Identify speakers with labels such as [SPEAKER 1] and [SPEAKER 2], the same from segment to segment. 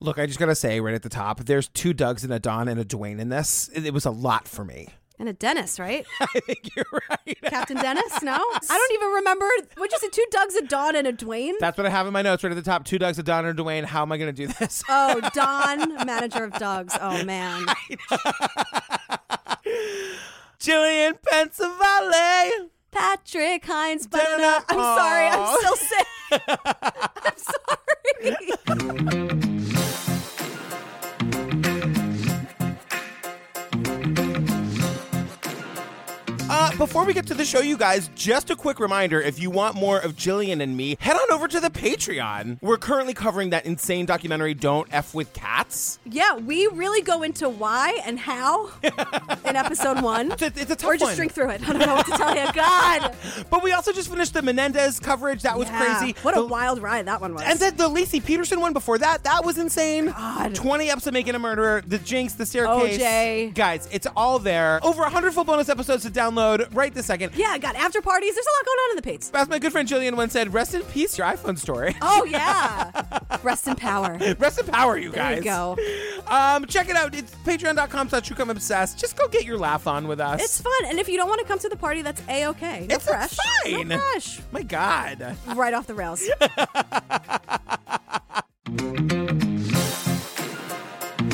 [SPEAKER 1] Look, I just gotta say right at the top, there's two Dougs and a Don and a Dwayne in this. It, it was a lot for me.
[SPEAKER 2] And a Dennis, right?
[SPEAKER 1] I think you're right.
[SPEAKER 2] Captain Dennis? No? I don't even remember. What you say? Two Dougs, a Don, and a Dwayne?
[SPEAKER 1] That's what I have in my notes right at the top. Two Dougs, a Don, and a Dwayne. How am I gonna do this?
[SPEAKER 2] Oh, Don, manager of dogs. Oh, man.
[SPEAKER 1] Julian Pensavalle.
[SPEAKER 2] Patrick Hines. Banana. I'm sorry. I'm still sick. I'm sorry.
[SPEAKER 1] Uh, before we get to the show, you guys, just a quick reminder if you want more of Jillian and me, head on over to the Patreon. We're currently covering that insane documentary, Don't F with Cats.
[SPEAKER 2] Yeah, we really go into why and how in episode one.
[SPEAKER 1] It's a, it's a tough
[SPEAKER 2] or just
[SPEAKER 1] one.
[SPEAKER 2] drink through it. I don't know what to tell you. God.
[SPEAKER 1] But we also just finished the Menendez coverage. That was
[SPEAKER 2] Yeah.
[SPEAKER 1] crazy.
[SPEAKER 2] What a
[SPEAKER 1] The-
[SPEAKER 2] wild ride that one was.
[SPEAKER 1] And then the Lacey Peterson one before that, that was insane.
[SPEAKER 2] God.
[SPEAKER 1] 20 eps of Making a Murderer, The Jinx, The Staircase.
[SPEAKER 2] OJ.
[SPEAKER 1] Guys, it's all there. Over 100 full bonus episodes to download right this second.
[SPEAKER 2] yeah, got after parties. There's a lot going on in the Pates.
[SPEAKER 1] As my good friend Jillian once said, rest in peace, your iPhone story.
[SPEAKER 2] Oh, yeah. Rest in power.
[SPEAKER 1] Rest in power, you
[SPEAKER 2] There
[SPEAKER 1] guys.
[SPEAKER 2] you go.
[SPEAKER 1] Um, check it out. It's patreon.com slash truecrime obsessed. Just go get your laugh on with us.
[SPEAKER 2] It's fun. And if you don't want to come to the party, that's A okay. No
[SPEAKER 1] It's
[SPEAKER 2] fresh.
[SPEAKER 1] fine.
[SPEAKER 2] No fresh.
[SPEAKER 1] My God.
[SPEAKER 2] Right off the rails.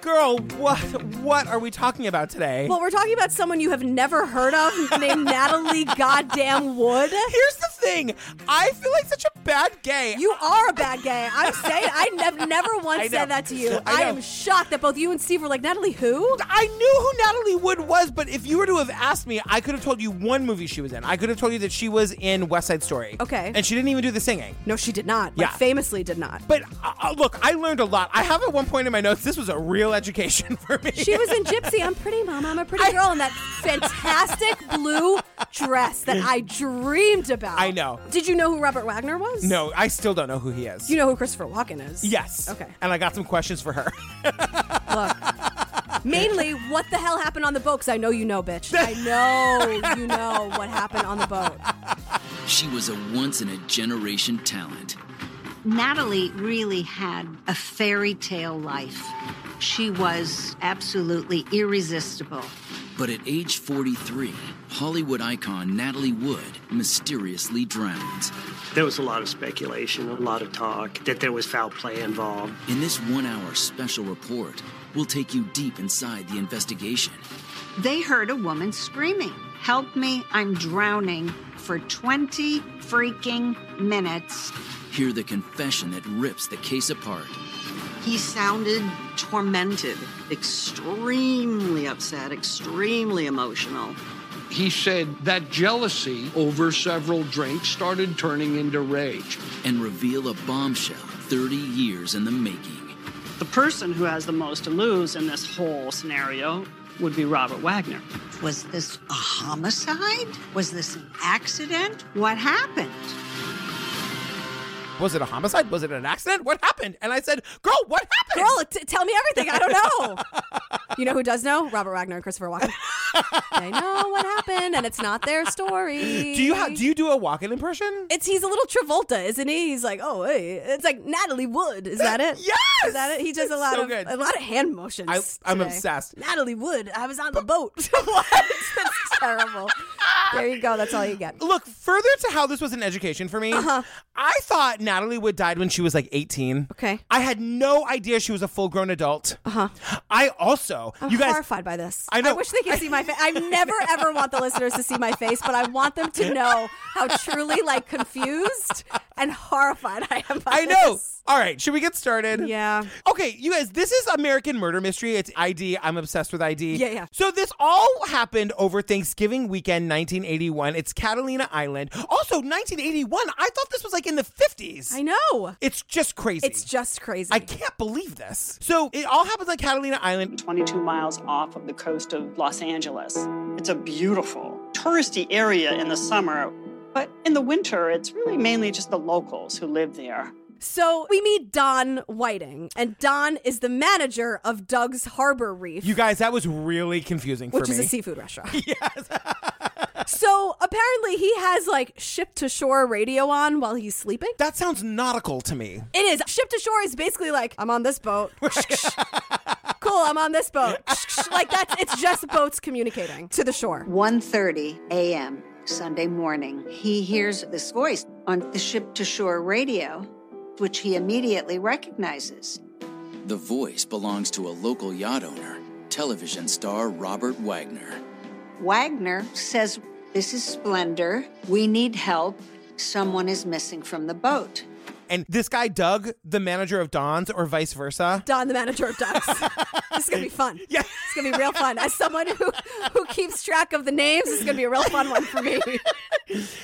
[SPEAKER 1] Girl, what what are we talking about today?
[SPEAKER 2] Well, we're talking about someone you have never heard of named Natalie Goddamn Wood.
[SPEAKER 1] Here's the thing. I feel like such a bad gay.
[SPEAKER 2] You are a bad gay. I'm saying I nev- never
[SPEAKER 1] I
[SPEAKER 2] once said
[SPEAKER 1] know.
[SPEAKER 2] that to you.
[SPEAKER 1] I
[SPEAKER 2] I,
[SPEAKER 1] know.
[SPEAKER 2] am shocked that both you and Steve were like, Natalie, who?
[SPEAKER 1] I knew who Natalie Wood was, but if you were to have asked me, I could have told you one movie she was in. I could have told you that she was in West Side Story.
[SPEAKER 2] Okay.
[SPEAKER 1] And she didn't even do the singing.
[SPEAKER 2] No, she did not.
[SPEAKER 1] Yeah.
[SPEAKER 2] Like, famously did not.
[SPEAKER 1] But uh, uh, look, I learned a lot. I have at one point in my notes, this was a real education for me.
[SPEAKER 2] She was in Gypsy. I'm pretty, Mama. I'm a pretty girl in that fantastic blue dress that I dreamed about.
[SPEAKER 1] I know.
[SPEAKER 2] Did you know who Robert Wagner was?
[SPEAKER 1] no, I still don't know who he is.
[SPEAKER 2] You know who Christopher Walken is?
[SPEAKER 1] Yes.
[SPEAKER 2] Okay.
[SPEAKER 1] And I got some questions for her.
[SPEAKER 2] Look. Mainly, what the hell happened on the boat? Because I know you know, bitch. I know you know what happened on the boat.
[SPEAKER 3] She was a once in a generation talent.
[SPEAKER 4] Natalie really had a fairy tale life. She was absolutely irresistible.
[SPEAKER 3] But at age 43, Hollywood icon Natalie Wood mysteriously drowned.
[SPEAKER 5] There was a lot of speculation, a lot of talk that there was foul play involved.
[SPEAKER 3] In this one hour special report, we'll take you deep inside the investigation.
[SPEAKER 4] They heard a woman screaming, Help me, I'm drowning, for 20 freaking minutes.
[SPEAKER 3] Hear the confession that rips the case apart.
[SPEAKER 6] He sounded tormented, extremely upset, extremely emotional.
[SPEAKER 7] He said that jealousy over several drinks started turning into rage.
[SPEAKER 3] and reveal a bombshell 30 years in the making.
[SPEAKER 8] The person who has the most to lose in this whole scenario would be Robert Wagner.
[SPEAKER 4] Was this a homicide? Was this an accident? What happened?
[SPEAKER 1] was it a homicide? Was it an accident? What happened? And I said, Girl, what happened?
[SPEAKER 2] Girl, t- tell me everything. I don't know. You know who does know? Robert Wagner and Christopher Walken. they know what happened, and it's not their story.
[SPEAKER 1] do you ha- do you do a walk-in impression?
[SPEAKER 2] It's he's a little Travolta, isn't he? He's like, oh, hey. it's like Natalie Wood. Is that it?
[SPEAKER 1] Yes!
[SPEAKER 2] Is that it? He does a
[SPEAKER 1] It's
[SPEAKER 2] lot
[SPEAKER 1] so
[SPEAKER 2] of
[SPEAKER 1] good.
[SPEAKER 2] a lot of hand motions.
[SPEAKER 1] I, I'm
[SPEAKER 2] today.
[SPEAKER 1] obsessed.
[SPEAKER 2] Natalie Wood. I was on the boat. what? That's terrible. There you go. That's all you get.
[SPEAKER 1] Look, further to how this was an education for me,
[SPEAKER 2] Uh-huh.
[SPEAKER 1] I thought Natalie Wood died when she was like 18.
[SPEAKER 2] Okay.
[SPEAKER 1] I had no idea she was a full grown adult. Uh-huh. I also,
[SPEAKER 2] I'm
[SPEAKER 1] you guys,
[SPEAKER 2] horrified by this.
[SPEAKER 1] I know.
[SPEAKER 2] wish they could see my face. I never ever want the listeners to see my face, but I want them to know how truly like confused and horrified I am. By
[SPEAKER 1] I know.
[SPEAKER 2] this.
[SPEAKER 1] All right, should we get started?
[SPEAKER 2] Yeah.
[SPEAKER 1] Okay, you guys, this is American Murder Mystery. It's ID. I'm obsessed with ID.
[SPEAKER 2] Yeah, yeah.
[SPEAKER 1] So this all happened over Thanksgiving weekend 1981. It's Catalina Island. Also 1981. I thought this was like in the 50s.
[SPEAKER 2] I know.
[SPEAKER 1] It's just crazy.
[SPEAKER 2] It's just crazy.
[SPEAKER 1] I can't believe this. So it all happens on Catalina Island.
[SPEAKER 8] 22 miles off of the coast of Los Angeles. It's a beautiful, touristy area in the summer, but in the winter, it's really mainly just the locals who live there.
[SPEAKER 2] So we meet Don Whiting, and Don is the manager of Doug's Harbor Reef,
[SPEAKER 1] You guys, that was really confusing
[SPEAKER 2] which
[SPEAKER 1] for
[SPEAKER 2] is
[SPEAKER 1] me.
[SPEAKER 2] a seafood restaurant. So apparently he has like ship to shore radio on while he's sleeping.
[SPEAKER 1] That sounds nautical to me.
[SPEAKER 2] It is ship to shore is basically like I'm on this boat. cool, I'm on this boat. like that's it's just boats communicating to the shore.
[SPEAKER 4] 1:30 a.m. Sunday morning. He hears this voice on the ship to shore radio, which he immediately recognizes.
[SPEAKER 3] The voice belongs to a local yacht owner, television star Robert Wagner.
[SPEAKER 4] Wagner says, "This is Splendor. We need help. Someone is missing from the boat."
[SPEAKER 1] And this guy, Doug, the manager of Don's, or vice versa.
[SPEAKER 2] Don, the manager of ducks. this is gonna be fun.
[SPEAKER 1] Yeah.
[SPEAKER 2] it's gonna be real fun. As someone who who keeps track of the names, it's gonna be a real fun one for me.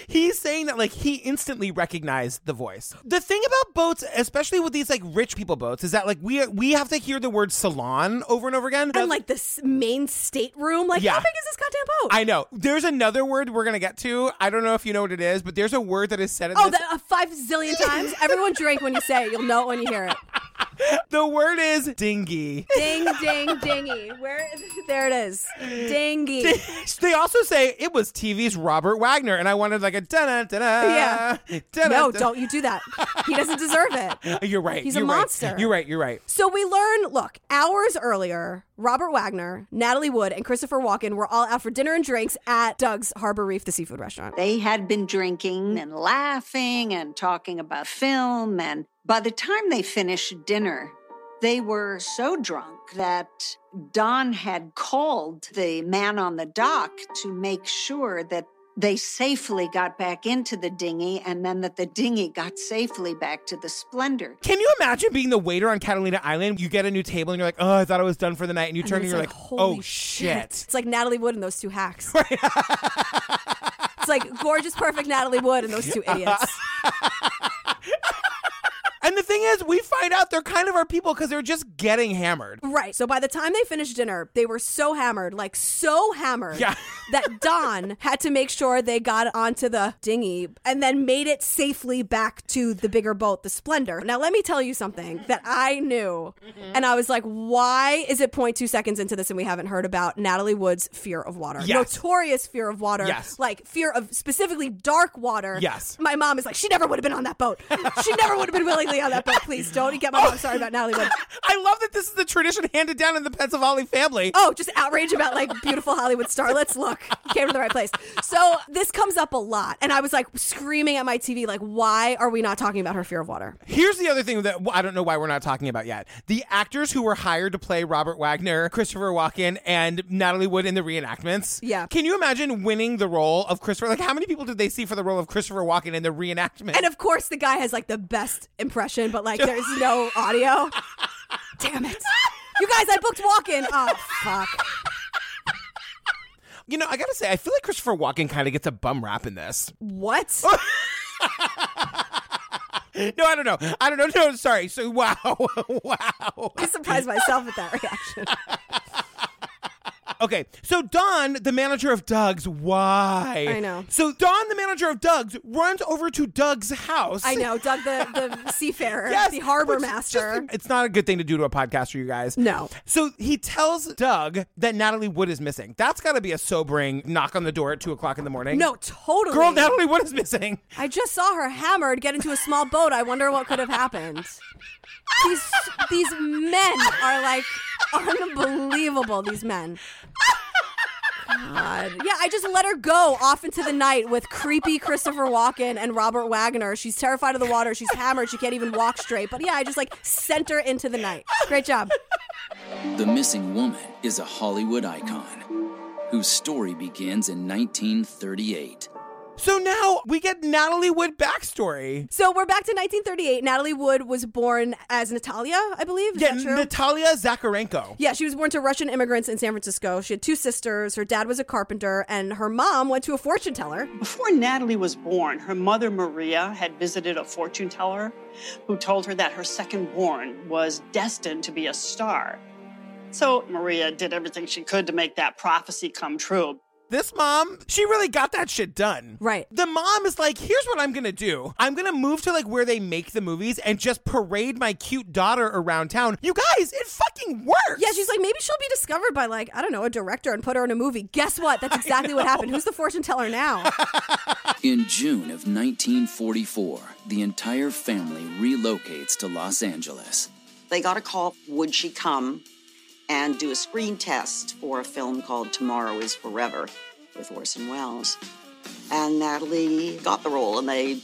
[SPEAKER 1] He's saying that like he instantly recognized the voice. The thing about boats, especially with these like rich people boats, is that like we we have to hear the word salon over and over again.
[SPEAKER 2] and like this main stateroom, like
[SPEAKER 1] Yeah.
[SPEAKER 2] how big is this goddamn boat?
[SPEAKER 1] I know. There's another word we're gonna get to. I don't know if you know what it is, but there's a word that is said in
[SPEAKER 2] Oh,
[SPEAKER 1] this.
[SPEAKER 2] that, uh, five zillion times. Everyone drink when you say it. You'll know it when you hear it.
[SPEAKER 1] the word is dinghy.
[SPEAKER 2] Ding, ding, dingy. Where? There it is. Dingy.
[SPEAKER 1] they also say it was TV's Robert Wagner, and I wanted like a da da da
[SPEAKER 2] Yeah.
[SPEAKER 1] da.
[SPEAKER 2] No, don't you do that. He doesn't deserve it.
[SPEAKER 1] You're right.
[SPEAKER 2] He's a
[SPEAKER 1] you're right.
[SPEAKER 2] monster.
[SPEAKER 1] You're right. You're right.
[SPEAKER 2] So we learn, look, hours earlier, Robert Wagner, Natalie Wood, and Christopher Walken were all out for dinner and drinks at Doug's Harbor Reef, the seafood restaurant.
[SPEAKER 4] They had been drinking and laughing and talking about film. And by the time they finished dinner, they were so drunk that Don had called the man on the dock to make sure that they safely got back into the dinghy and then that the dinghy got safely back to the Splendor.
[SPEAKER 1] Can you imagine being the waiter on Catalina Island? You get a new table and you're like, oh, I thought I was done for the night. And you
[SPEAKER 2] And
[SPEAKER 1] turn
[SPEAKER 2] then
[SPEAKER 1] and
[SPEAKER 2] it's
[SPEAKER 1] you're like,
[SPEAKER 2] holy
[SPEAKER 1] oh, shit.
[SPEAKER 2] It's like Natalie Wood and those two hacks. it's like gorgeous, perfect Natalie Wood and those two idiots.
[SPEAKER 1] And the thing is, we find out they're kind of our people because they're just getting hammered.
[SPEAKER 2] Right. So by the time they finished dinner, they were so hammered, like so hammered,
[SPEAKER 1] Yeah.
[SPEAKER 2] that Don had to make sure they got onto the dinghy and then made it safely back to the bigger boat, the Splendor. Now, let me tell you something that I knew.
[SPEAKER 1] Mm-hmm.
[SPEAKER 2] And I was like, why is it 0.2 seconds into this and we haven't heard about Natalie Wood's fear of water?
[SPEAKER 1] Yes.
[SPEAKER 2] Notorious fear of water.
[SPEAKER 1] Yes.
[SPEAKER 2] Like fear of specifically dark water.
[SPEAKER 1] Yes.
[SPEAKER 2] My mom is like, she never would have been on that boat. she never would have been willingly on that boat. Please don't get
[SPEAKER 1] Oh.
[SPEAKER 2] my mom sorry about Natalie Wood.
[SPEAKER 1] I love that this is the tradition handed down in the Pensavalli family.
[SPEAKER 2] Oh, just outrage about like beautiful Hollywood starlets. Look, came to the right place. So this comes up a lot. And I was like screaming at my TV, like, why are we not talking about her fear of water?
[SPEAKER 1] Here's the other thing that I don't know why we're not talking about yet. The actors who were hired to play Robert Wagner, Christopher Walken, and Natalie Wood in the reenactments.
[SPEAKER 2] Yeah.
[SPEAKER 1] Can you imagine winning the role of Christopher? Like, how many people did they see for the role of Christopher Walken in the reenactment?
[SPEAKER 2] And of course, the guy has like the best impression, but like there's no audio. Damn it. You guys, I booked walk in. Oh, fuck.
[SPEAKER 1] you know, I gotta say, I feel like Christopher Walken kind of gets a bum rap in this.
[SPEAKER 2] What?
[SPEAKER 1] No, I don't know. I don't know. No, sorry. So, wow. wow.
[SPEAKER 2] I surprised myself at that reaction.
[SPEAKER 1] Okay, so Don, the manager of Doug's, why?
[SPEAKER 2] I know.
[SPEAKER 1] So Don, the manager of Doug's, runs over to Doug's house.
[SPEAKER 2] I know, Doug, the, the seafarer,
[SPEAKER 1] Yes,
[SPEAKER 2] the harbor
[SPEAKER 1] which is
[SPEAKER 2] master.
[SPEAKER 1] just- it's not a good thing to do to a podcaster, you guys.
[SPEAKER 2] No.
[SPEAKER 1] So he tells Doug that Natalie Wood is missing. That's got to be a sobering knock on the door at two o'clock in the morning.
[SPEAKER 2] No, totally.
[SPEAKER 1] Girl, Natalie Wood is missing.
[SPEAKER 2] I just saw her hammered get into a small boat. I wonder what could have happened. These these men are like unbelievable. These men. God. Yeah, I just let her go off into the night with creepy Christopher Walken and Robert Wagner. She's terrified of the water. She's hammered. She can't even walk straight. But yeah, I just like sent her into the night. Great job.
[SPEAKER 3] The missing woman is a Hollywood icon whose story begins in 1938.
[SPEAKER 1] So now we get Natalie Wood backstory.
[SPEAKER 2] So we're back to 1938. Natalie Wood was born as Natalia, I believe. Is
[SPEAKER 1] Yeah,
[SPEAKER 2] that true?
[SPEAKER 1] Natalia Zakarenko.
[SPEAKER 2] Yeah, she was born to Russian immigrants in San Francisco. She had two sisters. Her dad was a carpenter, and her mom went to a fortune teller.
[SPEAKER 8] Before Natalie was born, her mother Maria had visited a fortune teller who told her that her second born was destined to be a star. So Maria did everything she could to make that prophecy come true.
[SPEAKER 1] This mom, she really got that shit done.
[SPEAKER 2] Right.
[SPEAKER 1] The mom is like, here's what I'm gonna do. I'm gonna move to like where they make the movies and just parade my cute daughter around town. You guys, it fucking works.
[SPEAKER 2] Yeah, she's like, maybe she'll be discovered by like, I don't know, a director and put her in a movie. Guess what? That's exactly what happened. Who's the fortune teller now?
[SPEAKER 3] In June of 1944, the entire family relocates to Los Angeles.
[SPEAKER 6] They got a call would she come and do a screen test for a film called Tomorrow is Forever with Orson Welles. And Natalie got the role, and they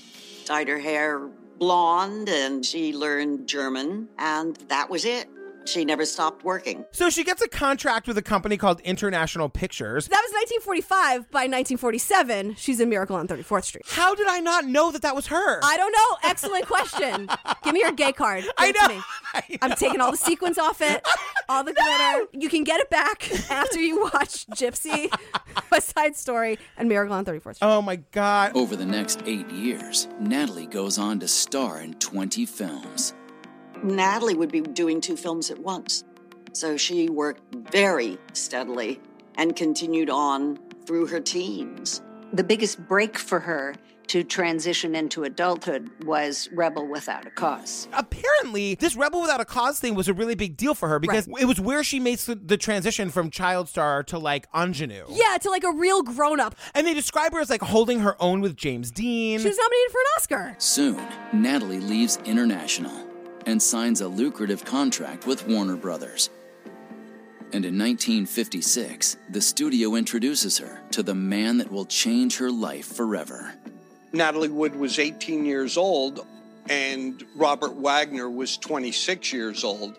[SPEAKER 6] dyed her hair blonde and she learned German, and that was it. She never stopped working.
[SPEAKER 1] So she gets a contract with a company called International Pictures.
[SPEAKER 2] That was 1945. By 1947, she's in Miracle on 34th Street.
[SPEAKER 1] How did I not know that that was her?
[SPEAKER 2] I don't know. Excellent question. Give me your gay card. Give
[SPEAKER 1] I
[SPEAKER 2] it to
[SPEAKER 1] know.
[SPEAKER 2] me.
[SPEAKER 1] I
[SPEAKER 2] I'm taking all the sequins off it, all the glitter. You can get it back after you watch Gypsy, West Side Story, and Miracle on 34th Street.
[SPEAKER 1] Oh my god.
[SPEAKER 3] Over the next eight years, Natalie goes on to star in 20 films.
[SPEAKER 6] Natalie would be doing two films at once. So she worked very steadily and continued on through her teens.
[SPEAKER 4] The biggest break for her to transition into adulthood was Rebel Without a Cause.
[SPEAKER 1] Apparently, this Rebel Without a Cause thing was a really big deal for her because it was where she makes the, the transition from child star to like ingenue.
[SPEAKER 2] Yeah, to like a real grown up.
[SPEAKER 1] And they describe her as like holding her own with James Dean.
[SPEAKER 2] She was nominated for an Oscar.
[SPEAKER 3] Soon, Natalie leaves International and signs a lucrative contract with Warner Brothers. And in 1956, the studio introduces her to the man that will change her life forever.
[SPEAKER 7] Natalie Wood was 18 years old and Robert Wagner was 26 years old.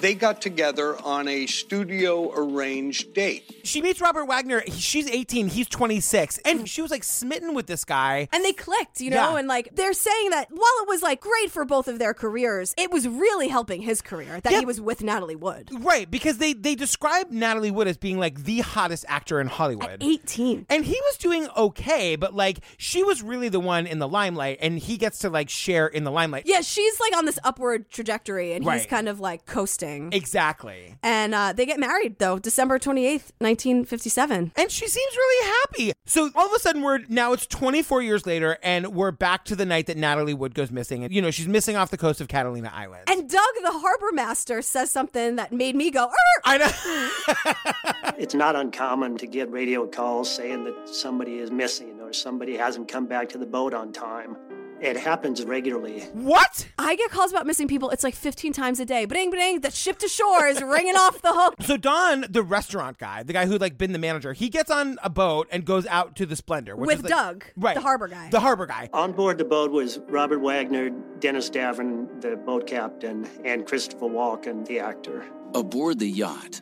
[SPEAKER 7] They got together on a studio arranged date.
[SPEAKER 1] she meets Robert Wagner. He- She's 18, he's 26. And she was like smitten with this guy.
[SPEAKER 2] And they clicked, you know,
[SPEAKER 1] Yeah.
[SPEAKER 2] and like they're saying that while it was like great for both of their careers, it was really helping his career that
[SPEAKER 1] Yeah.
[SPEAKER 2] he was with Natalie Wood.
[SPEAKER 1] Right, because they, they describe Natalie Wood as being like the hottest actor in Hollywood.
[SPEAKER 2] 18.
[SPEAKER 1] And he was doing okay, but like she was really the one in the limelight, and he gets to like share in the limelight.
[SPEAKER 2] Yeah, she's like on this upward trajectory and he's
[SPEAKER 1] Right.
[SPEAKER 2] kind of like coasting.
[SPEAKER 1] Exactly.
[SPEAKER 2] and uh, they get married though, December 28th, 1957.
[SPEAKER 1] And she seems really happy. So all of a sudden, we're now it's 24 years later, and we're back to the night that Natalie Wood goes missing. And, you know, she's missing off the coast of Catalina Island.
[SPEAKER 2] And Doug, the harbor master, says something that made me go, "Er!"
[SPEAKER 1] I know.
[SPEAKER 5] It's not uncommon to get radio calls saying that somebody is missing or somebody hasn't come back to the boat on time. It happens regularly.
[SPEAKER 1] what?
[SPEAKER 2] I get calls about missing people. It's like 15 times a day. Bang, bang, the ship to shore is ringing off the hook.
[SPEAKER 1] So Don, the restaurant guy, the guy who'd like been the manager, he gets on a boat and goes out to the Splendor which
[SPEAKER 2] With
[SPEAKER 1] is, like-
[SPEAKER 2] Doug,
[SPEAKER 1] right?
[SPEAKER 2] the harbor guy.
[SPEAKER 1] The harbor guy.
[SPEAKER 5] On board the boat was Robert Wagner, Dennis Davern, the boat captain, and Christopher Walken, the actor.
[SPEAKER 3] Aboard the yacht,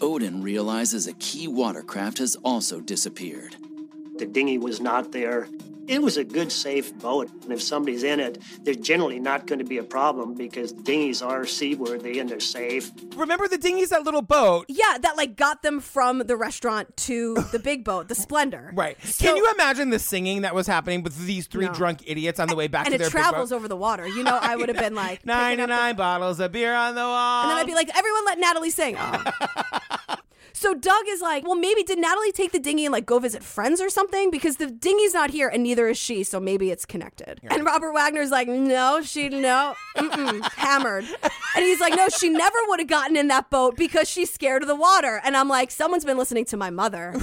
[SPEAKER 3] Odin realizes a key watercraft has also disappeared.
[SPEAKER 5] The dinghy was not there. It was a good, safe boat, and if somebody's in it, there's generally not going to be a problem because dinghies are seaworthy and they're safe.
[SPEAKER 1] Remember the dinghy's that little boat.
[SPEAKER 2] yeah, that like got them from the restaurant to the big boat, the Splendor.
[SPEAKER 1] Right.
[SPEAKER 2] So-
[SPEAKER 1] Can you imagine the singing that was happening with these three
[SPEAKER 2] No.
[SPEAKER 1] drunk idiots on the way back
[SPEAKER 2] And
[SPEAKER 1] to
[SPEAKER 2] it
[SPEAKER 1] their
[SPEAKER 2] travels
[SPEAKER 1] big boat?
[SPEAKER 2] over the water. You know, I would have been like,
[SPEAKER 1] Nine
[SPEAKER 2] picking up
[SPEAKER 1] and nine bottles of beer on the wall.
[SPEAKER 2] And then I'd be like, everyone let Natalie sing. Oh. so Doug is like, well, maybe did Natalie take the dinghy and like go visit friends or something? Because the dinghy's not here and neither is she, so maybe it's connected. And Robert Wagner's like, no, she, no, mm-mm, hammered. And he's like, no, she never would have gotten in that boat because she's scared of the water. And I'm like, someone's been listening to my mother.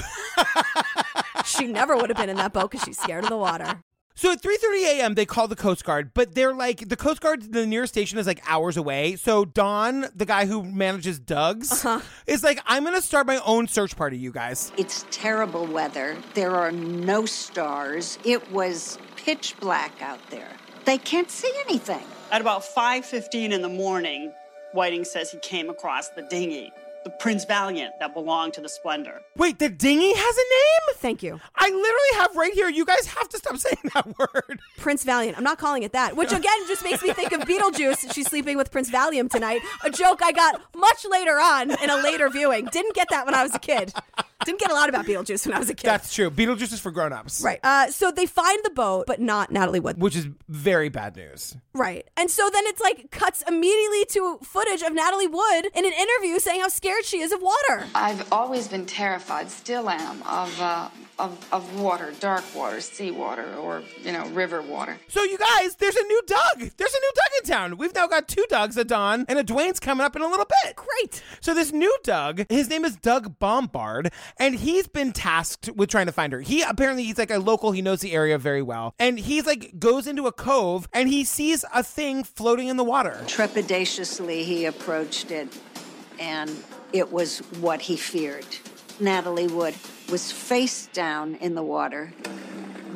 [SPEAKER 2] she never would have been in that boat because she's scared of the water.
[SPEAKER 1] So at 3:30 a.m. they call the Coast Guard, but they're like the Coast Guard the nearest station is like hours away. So Don, the guy who manages Doug's,
[SPEAKER 2] Uh-huh.
[SPEAKER 1] is like I'm going to start my own search party, you guys.
[SPEAKER 4] It's terrible weather. There are no stars. It was pitch black out there. They can't see anything.
[SPEAKER 8] At about 5:15 in the morning, Whiting says he came across the dinghy, the Prince Valiant that belonged to the Splendor.
[SPEAKER 1] Wait, the dinghy has a name?
[SPEAKER 2] Thank you.
[SPEAKER 1] I literally have right here. You guys have to stop saying that word.
[SPEAKER 2] Prince Valiant. I'm not calling it that, which again just makes me think of Beetlejuice. She's sleeping with Prince Valiant tonight. A joke I got much later on in a later viewing. Didn't get that when I was a kid. Didn't get a lot about Beetlejuice when I was a kid.
[SPEAKER 1] That's true. Beetlejuice is for grown-ups.
[SPEAKER 2] right. Uh, so they find the boat, but not Natalie Wood.
[SPEAKER 1] Which is very bad news.
[SPEAKER 2] Right. And so then it's like cuts immediately to footage of Natalie Wood in an interview saying how scared scared she is of water.
[SPEAKER 9] I've always been terrified, still am, of, uh, of, of water, dark water, sea water, or, you know, river water.
[SPEAKER 1] So you guys, there's a new Doug. There's a new Doug in town. We've now got two Dougs, a Don and a Dwayne's coming up in a little bit.
[SPEAKER 2] Great.
[SPEAKER 1] So this new Doug, his name is Doug Bombard, and he's been tasked with trying to find her. He apparently he's like a local, he knows the area very well. And he's like goes into a cove and he sees a thing floating in the water.
[SPEAKER 4] Trepidatiously, he approached it, and it was what he feared. Natalie Wood was face down in the water,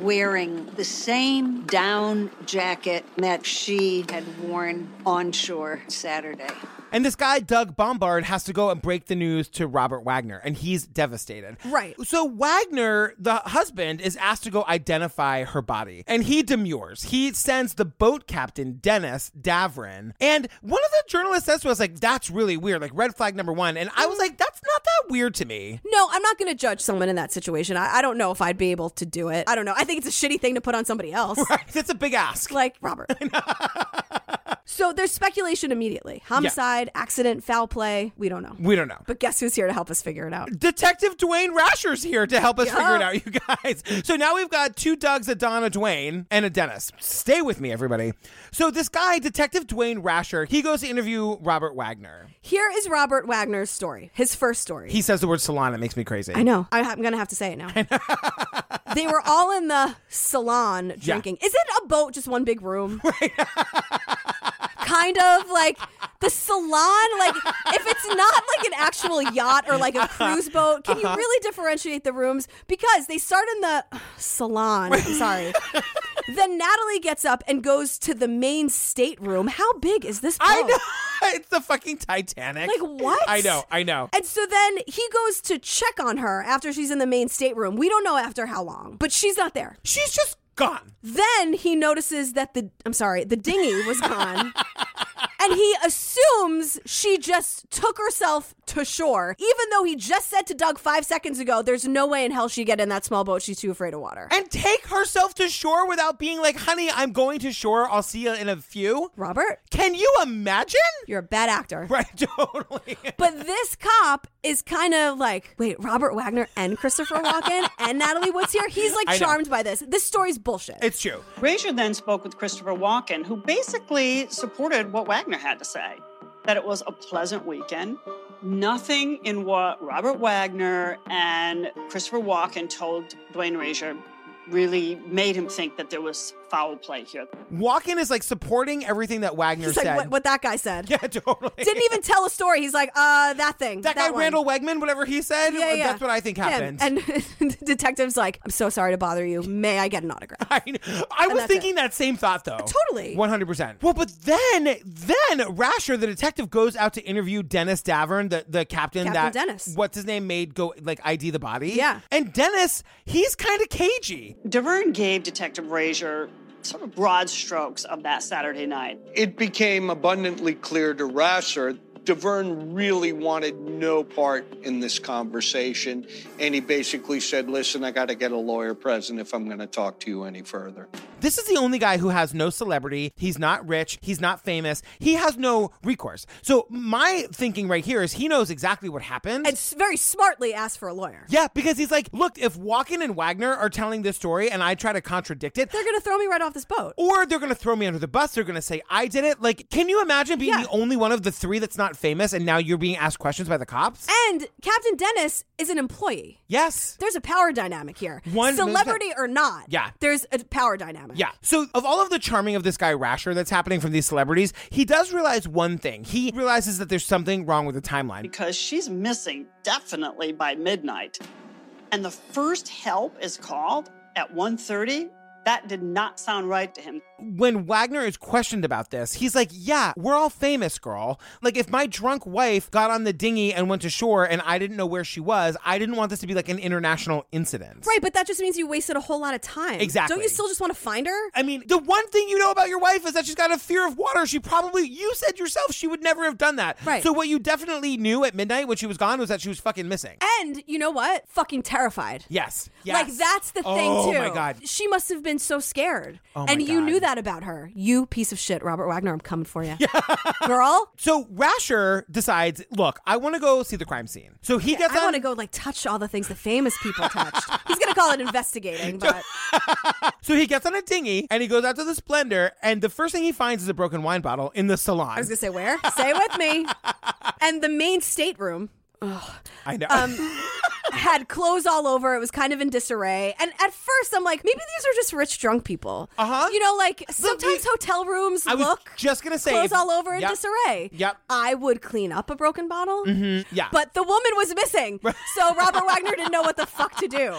[SPEAKER 4] wearing the same down jacket that she had worn onshore Saturday.
[SPEAKER 1] And this guy, Doug Bombard, has to go and break the news to Robert Wagner, and he's devastated.
[SPEAKER 2] Right.
[SPEAKER 1] So Wagner, the husband, is asked to go identify her body, and he demurs. He sends the boat captain, Dennis Davrin, and one of the journalists says to us, like, that's really weird, like, red flag number one. And I was like, that's not that weird to me.
[SPEAKER 2] No, I'm not going to judge someone in that situation. I, I don't know if I'd be able to do it. I don't know. I think it's a shitty thing to put on somebody else.
[SPEAKER 1] That's a big ask.
[SPEAKER 2] Like Robert. so there's speculation immediately homicide, accident, foul play. We don't know.
[SPEAKER 1] we don't know.
[SPEAKER 2] But guess who's here to help us figure it out?
[SPEAKER 1] Detective Dwayne Rasher's here to help us
[SPEAKER 2] Yeah.
[SPEAKER 1] figure it out, you guys. So now we've got two Dougs, a Donna Dwayne, and a Dennis. Stay with me, everybody. So this guy, Detective Dwayne Rasher, he goes to interview Robert Wagner.
[SPEAKER 2] Here is Robert Wagner's story, his first story.
[SPEAKER 1] He says the word salon, it makes me crazy.
[SPEAKER 2] I know. I, I'm going to have to say it now. they were all in the salon drinking. Isn't a boat just one big room? kind of like the salon. Like, if it's not like an actual yacht or like a cruise boat, can
[SPEAKER 1] Uh-huh.
[SPEAKER 2] you really differentiate the rooms? Because they start in the salon. I'm sorry. then Natalie gets up and goes to the main stateroom. How big is this boat?
[SPEAKER 1] I know. It's the fucking Titanic.
[SPEAKER 2] Oh. Like, what?
[SPEAKER 1] I know, I know.
[SPEAKER 2] And so then he goes to check on her after she's in the main stateroom. We don't know after how long, but she's not there.
[SPEAKER 1] She's just gone.
[SPEAKER 2] Then he notices that the I'm sorry, the dinghy was gone. And he assumes she just took herself to shore, even though he just said to Doug five seconds ago, there's no way in hell she'd get in that small boat. She's too afraid of water.
[SPEAKER 1] And take herself to shore without being like, honey, I'm going to shore. I'll see you in a few.
[SPEAKER 2] Robert,
[SPEAKER 1] Can you imagine?
[SPEAKER 2] you're a bad actor.
[SPEAKER 1] Right, totally.
[SPEAKER 2] But this cop is kind of like, wait, Robert Wagner and Christopher Walken and Natalie Woods here? He's
[SPEAKER 1] I know.
[SPEAKER 2] like charmed by this. This story's bullshit.
[SPEAKER 1] It's true.
[SPEAKER 8] Brazier then spoke with Christopher Walken, who basically supported what Wagner had to say that it was a pleasant weekend. Nothing in what Robert Wagner and Christopher Walken told Dwayne Brazier really made him think that there was foul play here.
[SPEAKER 1] Walken is like supporting everything that Wagner
[SPEAKER 2] It's like
[SPEAKER 1] said.
[SPEAKER 2] what, what that guy said.
[SPEAKER 1] Yeah, totally.
[SPEAKER 2] Didn't even tell a story. He's like, uh, that thing.
[SPEAKER 1] that, guy
[SPEAKER 2] one.
[SPEAKER 1] Randall Wegman, whatever he said,
[SPEAKER 2] Yeah, yeah.
[SPEAKER 1] that's what I think
[SPEAKER 2] Him.
[SPEAKER 1] happened.
[SPEAKER 2] And detective's like, I'm so sorry to bother you. May I get an autograph?
[SPEAKER 1] I, kn- I was
[SPEAKER 2] that's
[SPEAKER 1] thinking that same thought though.
[SPEAKER 2] totally.
[SPEAKER 1] 100%. Well, but then, then Rasher, the detective, goes out to interview Dennis Davern, the, the captain,
[SPEAKER 2] Captain
[SPEAKER 1] that,
[SPEAKER 2] Dennis.
[SPEAKER 1] what's his name, made go like ID the body.
[SPEAKER 2] Yeah.
[SPEAKER 1] And Dennis, he's kind of cagey.
[SPEAKER 8] Deverne gave Detective Brazier sort of broad strokes of that Saturday night.
[SPEAKER 7] It became abundantly clear to Rasser. DeVerne really wanted no part in this conversation, and he basically said, Listen, I got to get a lawyer present if I'm going to talk to you any further.
[SPEAKER 1] This is the only guy who has no celebrity. He's not rich. He's not famous. He has no recourse. So my thinking right here is he knows exactly what happened.
[SPEAKER 2] And s- very smartly asked for a lawyer.
[SPEAKER 1] Yeah, because he's like, look, if Walken and Wagner are telling this story and I try to contradict it,
[SPEAKER 2] They're going to throw me right off this boat.
[SPEAKER 1] or they're going to throw me under the bus, they're going to say I did it. Like, can you imagine being
[SPEAKER 2] Yeah.
[SPEAKER 1] the only one of the three that's not famous and now you're being asked questions by the cops?
[SPEAKER 2] And Captain Dennis is an employee.
[SPEAKER 1] yes.
[SPEAKER 2] There's a power dynamic here.
[SPEAKER 1] One-
[SPEAKER 2] Celebrity or not.
[SPEAKER 1] Yeah.
[SPEAKER 2] There's a power dynamic.
[SPEAKER 1] Yeah. So, of all of the charming of this guy Rasher that's happening from these celebrities, he does realize one thing. He realizes that there's something wrong with the timeline.
[SPEAKER 8] because she's missing definitely by midnight. And the first help is called at 1:30. That did not sound right to him.
[SPEAKER 1] When Wagner is questioned about this, he's like, Yeah, we're all famous, girl. Like, if my drunk wife got on the dinghy and went to shore and I didn't know where she was, I didn't want this to be like an international incident.
[SPEAKER 2] Right, but that just means you wasted a whole lot of time.
[SPEAKER 1] Exactly.
[SPEAKER 2] Don't you still just want to find her?
[SPEAKER 1] I mean, the one thing you know about your wife is that she's got a fear of water. She probably, you said yourself, she would never have done that.
[SPEAKER 2] Right.
[SPEAKER 1] So, what you definitely knew at midnight when she was gone was that she was fucking missing.
[SPEAKER 2] And you know what? Fucking terrified.
[SPEAKER 1] Yes. yes.
[SPEAKER 2] Like that's the thing
[SPEAKER 1] Oh,
[SPEAKER 2] too.
[SPEAKER 1] my God.
[SPEAKER 2] She must have been so scared.
[SPEAKER 1] Oh, my
[SPEAKER 2] and you
[SPEAKER 1] God.
[SPEAKER 2] knew that about her. You piece of shit, Robert Wagner. I'm coming for you, girl.
[SPEAKER 1] So Rasher decides, look, I want to go see the crime scene. So he gets
[SPEAKER 2] I
[SPEAKER 1] on.
[SPEAKER 2] want to go like touch all the things the famous people touched. He's gonna call it investigating, but
[SPEAKER 1] So he gets on a dinghy and he goes out to the Splendor, and the first thing he finds is a broken wine bottle in the salon.
[SPEAKER 2] I was gonna say where? Stay with me. And the main stateroom
[SPEAKER 1] I know.
[SPEAKER 2] um, had clothes all over. It was kind of in disarray. And at first, I'm like, maybe these are just rich drunk people. Uh
[SPEAKER 1] Uh-huh.
[SPEAKER 2] You know, like sometimes
[SPEAKER 1] you-
[SPEAKER 2] hotel rooms
[SPEAKER 1] I was
[SPEAKER 2] look
[SPEAKER 1] just gonna say
[SPEAKER 2] clothes
[SPEAKER 1] if-
[SPEAKER 2] all over in
[SPEAKER 1] Yep.
[SPEAKER 2] disarray.
[SPEAKER 1] Yep. Mm-hmm.
[SPEAKER 2] I would clean up a broken bottle.
[SPEAKER 1] yeah.
[SPEAKER 2] But the woman was missing, so Robert Wagner didn't know what the fuck to do.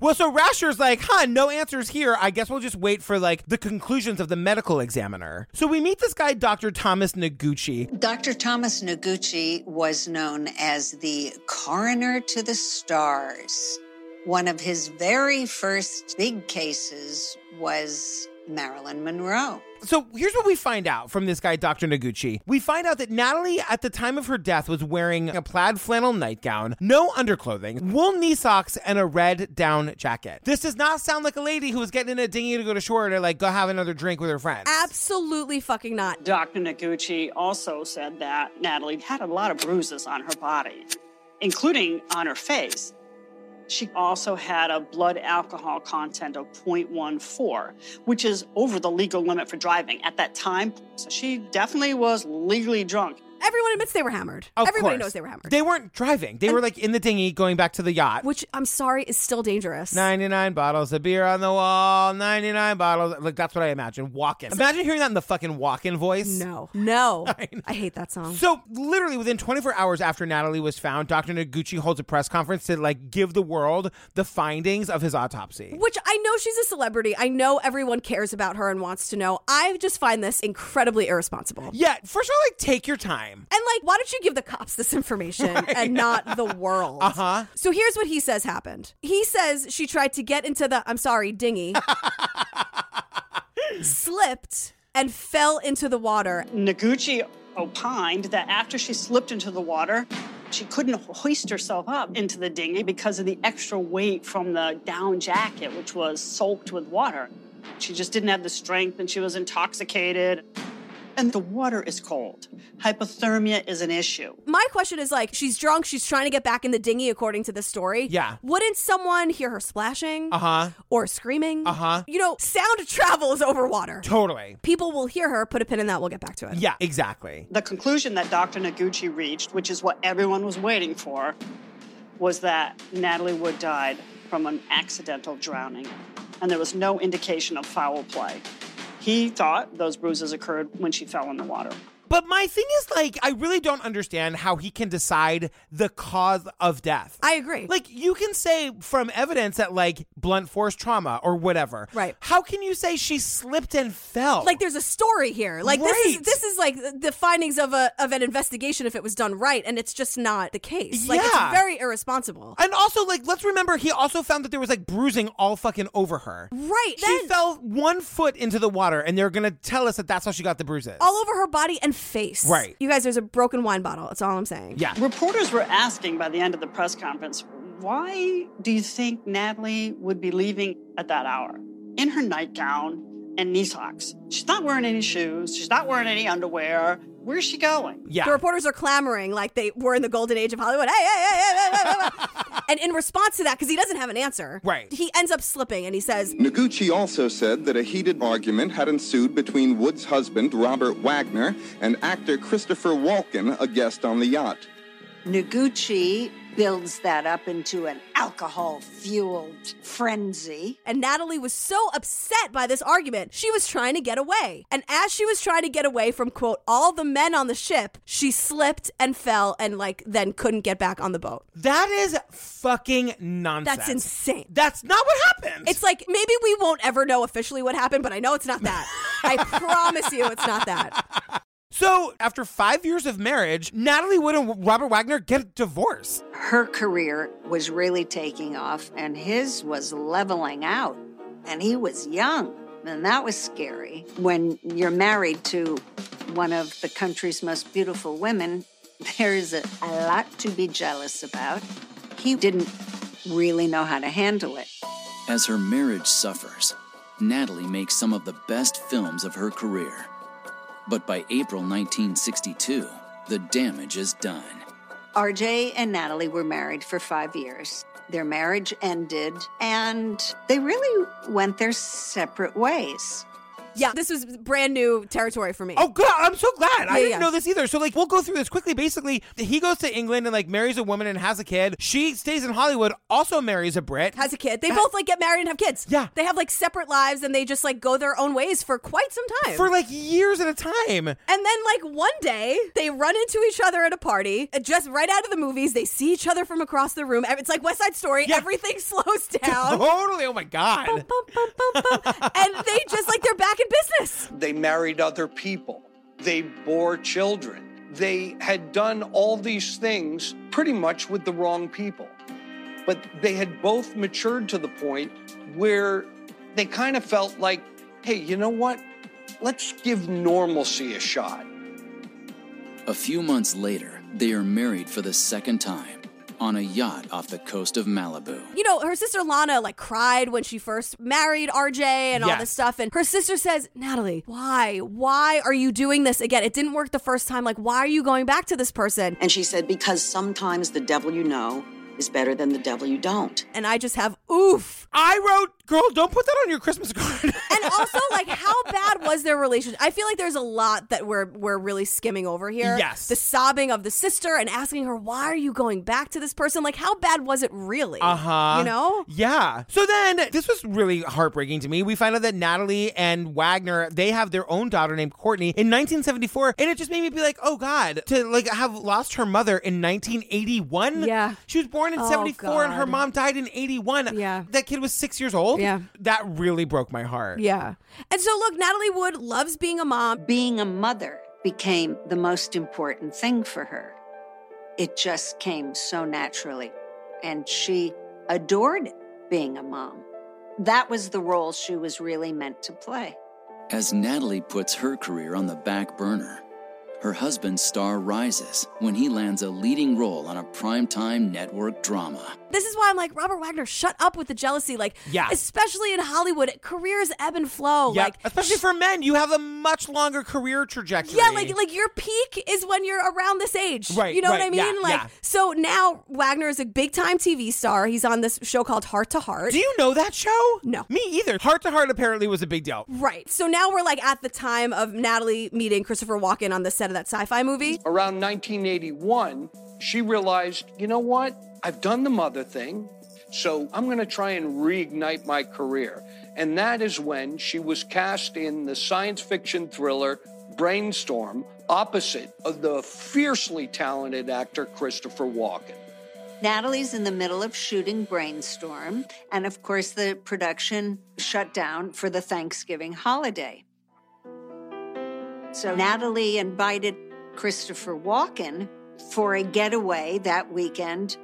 [SPEAKER 1] well, so Rasher's like, huh, no answers here. I guess we'll just wait for like the conclusions of the medical examiner. So we meet this guy, Dr. Thomas Noguchi.
[SPEAKER 4] Dr. Thomas Noguchi was known as the coroner to the stars. One of his very first big cases was Marilyn Monroe.
[SPEAKER 1] So here's what we find out from this guy, Dr. Noguchi. We find out that Natalie, at the time of her death, was wearing a plaid flannel nightgown, no underclothing, wool knee socks, and a red down jacket. This does not sound like a lady who was getting in a dinghy to go to shore to like go have another drink with her friends.
[SPEAKER 2] Absolutely fucking not.
[SPEAKER 8] Dr. Noguchi also said that Natalie had a lot of bruises on her body, including on her face. She also had a blood alcohol content of 0.14, which is over the legal limit for driving at that time. So she definitely was legally drunk.
[SPEAKER 2] Everyone admits they were hammered.
[SPEAKER 1] Of
[SPEAKER 2] Everybody
[SPEAKER 1] course.
[SPEAKER 2] knows they were hammered.
[SPEAKER 1] They weren't driving. They were like in the dinghy going back to the yacht.
[SPEAKER 2] which I'm sorry is still dangerous.
[SPEAKER 1] 99 bottles of beer on the wall, 99 bottles. Like, that's what I imagine. Walking. Imagine hearing that in the fucking walk in voice.
[SPEAKER 2] No, no, I, hate that song.
[SPEAKER 1] So, literally within 24 hours after Natalie was found, Dr. Noguchi holds a press conference to, like, give the world the findings of his autopsy.
[SPEAKER 2] Which I know she's a celebrity. I know everyone cares about her and wants to know. I just find this incredibly irresponsible.
[SPEAKER 1] Yeah, first of all, like, take your time.
[SPEAKER 2] And like, why don't you give the cops this information and not the world? Uh
[SPEAKER 1] Uh-huh.
[SPEAKER 2] huh. So here's what he says happened. He says she tried to get into the I'm sorry dinghy, slipped, and fell into the water.
[SPEAKER 8] Noguchi opined that after she slipped into the water, she couldn't hoist herself up into the dinghy because of the extra weight from the down jacket, which was soaked with water. She just didn't have the strength and she was intoxicated. And the water is cold. Hypothermia is an issue.
[SPEAKER 2] My question is like, she's drunk. She's trying to get back in the dinghy, according to this story.
[SPEAKER 1] Yeah.
[SPEAKER 2] Wouldn't someone hear her splashing?
[SPEAKER 1] Uh huh.
[SPEAKER 2] or screaming. Uh
[SPEAKER 1] Uh-huh.
[SPEAKER 2] You know, sound travels over water.
[SPEAKER 1] Totally.
[SPEAKER 2] People will hear her. Put a pin in that. We'll get back to it.
[SPEAKER 1] Yeah, exactly.
[SPEAKER 8] The conclusion that Dr. Noguchi reached, which is what everyone was waiting for, was that Natalie Wood died from an accidental drowning, and there was no indication of foul play. He thought those bruises occurred when she fell in the water.
[SPEAKER 1] But my thing is, like, I really don't understand how he can decide the cause of death.
[SPEAKER 2] I agree.
[SPEAKER 1] Like you can say from evidence that like blunt force trauma or whatever.
[SPEAKER 2] Right.
[SPEAKER 1] How can you say she slipped and fell?
[SPEAKER 2] like there's a story here. Like this is
[SPEAKER 1] Right.
[SPEAKER 2] this is like the findings of a of an investigation if it was done right, and it's just not the case. Like
[SPEAKER 1] Yeah.
[SPEAKER 2] it's very irresponsible.
[SPEAKER 1] and also like let's remember he also found that there was like bruising all fucking over her.
[SPEAKER 2] right.
[SPEAKER 1] She
[SPEAKER 2] then
[SPEAKER 1] fell one foot into the water, and they're gonna tell us that that's how she got the bruises.
[SPEAKER 2] all over her body and face.
[SPEAKER 1] Right.
[SPEAKER 2] You guys, there's a broken wine bottle. That's all I'm saying.
[SPEAKER 1] Yeah.
[SPEAKER 8] Reporters were asking by the end of the press conference, why do you think Natalie would be leaving at that hour in her nightgown and knee socks? She's not wearing any shoes, she's not wearing any underwear. Where's she going?
[SPEAKER 1] Yeah.
[SPEAKER 2] The reporters are clamoring like they were in the golden age of Hollywood. Hey, hey, hey, hey, hey, hey, hey, hey. and in response to that, because he doesn't have an answer,
[SPEAKER 1] Right.
[SPEAKER 2] He ends up slipping and he says,
[SPEAKER 10] Noguchi also said that a heated argument had ensued between Wood's husband, Robert Wagner, and actor Christopher Walken, a guest on the yacht.
[SPEAKER 4] Noguchi builds that up into an alcohol fueled frenzy.
[SPEAKER 2] And Natalie was so upset by this argument, she was trying to get away. And as she was trying to get away from, quote, all the men on the ship, she slipped and fell and, like, then couldn't get back on the boat.
[SPEAKER 1] that is fucking nonsense.
[SPEAKER 2] That's insane.
[SPEAKER 1] That's not what happened.
[SPEAKER 2] It's like maybe we won't ever know officially what happened, but I know it's not that. I promise you it's not that.
[SPEAKER 1] so after five years of marriage, Natalie Wood and Robert Wagner get divorced.
[SPEAKER 4] Her career was really taking off, and his was leveling out. And he was young, and that was scary. When you're married to one of the country's most beautiful women, there's a, a lot to be jealous about. He didn't really know how to handle it.
[SPEAKER 3] As her marriage suffers, Natalie makes some of the best films of her career. But by April 1962, the damage is done.
[SPEAKER 4] RJ and Natalie were married for five years. Their marriage ended, and they really went their separate ways.
[SPEAKER 2] Yeah, this was brand new territory for me.
[SPEAKER 1] Oh, God, I'm so glad. I
[SPEAKER 2] Yeah,
[SPEAKER 1] didn't
[SPEAKER 2] yeah.
[SPEAKER 1] know this either. So, like, we'll go through this quickly. Basically, he goes to England and, like, marries a woman and has a kid. She stays in Hollywood, also marries a Brit.
[SPEAKER 2] has a kid. They both like get married and have kids.
[SPEAKER 1] Yeah.
[SPEAKER 2] They have like separate lives and they just like go their own ways for quite some time.
[SPEAKER 1] for like years at a time.
[SPEAKER 2] and then like one day they run into each other at a party. uh, Just right out of the movies, they see each other from across the room. Ev- It's like West Side Story.
[SPEAKER 1] Yeah.
[SPEAKER 2] Everything slows down.
[SPEAKER 1] Totally. Oh my God.
[SPEAKER 2] Bum, bum, bum, bum. and they just like they're back in business.
[SPEAKER 7] They married other people. They bore children. They had done all these things pretty much with the wrong people. But they had both matured to the point where they kind of felt like, hey, you know what? Let's give normalcy a shot.
[SPEAKER 3] A few months later, they are married for the second time on a yacht off the coast of Malibu.
[SPEAKER 2] You know, her sister Lana like cried when she first married RJ and all
[SPEAKER 1] Yes.
[SPEAKER 2] this stuff. And her sister says, Natalie, why? Why are you doing this again? It didn't work the first time. Like, why are you going back to this person?
[SPEAKER 6] And she said, because sometimes the devil you know is better than the devil you don't.
[SPEAKER 2] And I just have oof.
[SPEAKER 1] I wrote, girl, don't put that on your Christmas card.
[SPEAKER 2] And also, like, how bad was their relationship? I feel like there's a lot that we're we're really skimming over here.
[SPEAKER 1] Yes.
[SPEAKER 2] the sobbing of the sister and asking her, "Why are you going back to this person?" Like, how bad was it really?
[SPEAKER 1] Uh huh.
[SPEAKER 2] You know,
[SPEAKER 1] Yeah. So then this was really heartbreaking to me. We find out that Natalie and Wagner, they have their own daughter named Courtney in 1974. And it just made me be like, oh God, to like have lost her mother in 1981.
[SPEAKER 2] Yeah.
[SPEAKER 1] She was born in
[SPEAKER 2] Oh,
[SPEAKER 1] 74 and her
[SPEAKER 2] God.
[SPEAKER 1] mom died in 81.
[SPEAKER 2] Yeah.
[SPEAKER 1] That kid was six years old.
[SPEAKER 2] Yeah.
[SPEAKER 1] That really broke my heart.
[SPEAKER 2] yeah. And so, look, Natalie Wood loves being a mom.
[SPEAKER 4] Being a mother became the most important thing for her. It just came so naturally, and she adored being a mom. That was the role she was really meant to play.
[SPEAKER 3] As Natalie puts her career on the back burner, her husband's star rises when he lands a leading role on a primetime network drama.
[SPEAKER 2] This is why I'm like Robert Wagner. Shut up with the jealousy, like,
[SPEAKER 1] Yeah.
[SPEAKER 2] especially in Hollywood, careers ebb and flow.
[SPEAKER 1] Yeah.
[SPEAKER 2] Like,
[SPEAKER 1] Especially for men, you have a much longer career trajectory.
[SPEAKER 2] Yeah, like like your peak is when you're around this age.
[SPEAKER 1] Right,
[SPEAKER 2] You know what
[SPEAKER 1] right,
[SPEAKER 2] I mean?
[SPEAKER 1] yeah,
[SPEAKER 2] like
[SPEAKER 1] yeah.
[SPEAKER 2] so now Wagner is a big time TV star. He's on this show called Heart to Heart.
[SPEAKER 1] Do you know that show?
[SPEAKER 2] No.
[SPEAKER 1] Me either. Heart to Heart apparently was a big deal.
[SPEAKER 2] right. So now we're like at the time of Natalie meeting Christopher Walken on the set of that sci-fi movie.
[SPEAKER 7] Around 1981, she realized, you know what? I've done the mother thing, so I'm going to try and reignite my career. And that is when she was cast in the science fiction thriller Brainstorm, opposite of the fiercely talented actor Christopher Walken.
[SPEAKER 4] Natalie's in the middle of shooting Brainstorm, and of course, the production shut down for the Thanksgiving holiday. So, Natalie invited Christopher Walken for a getaway that weekend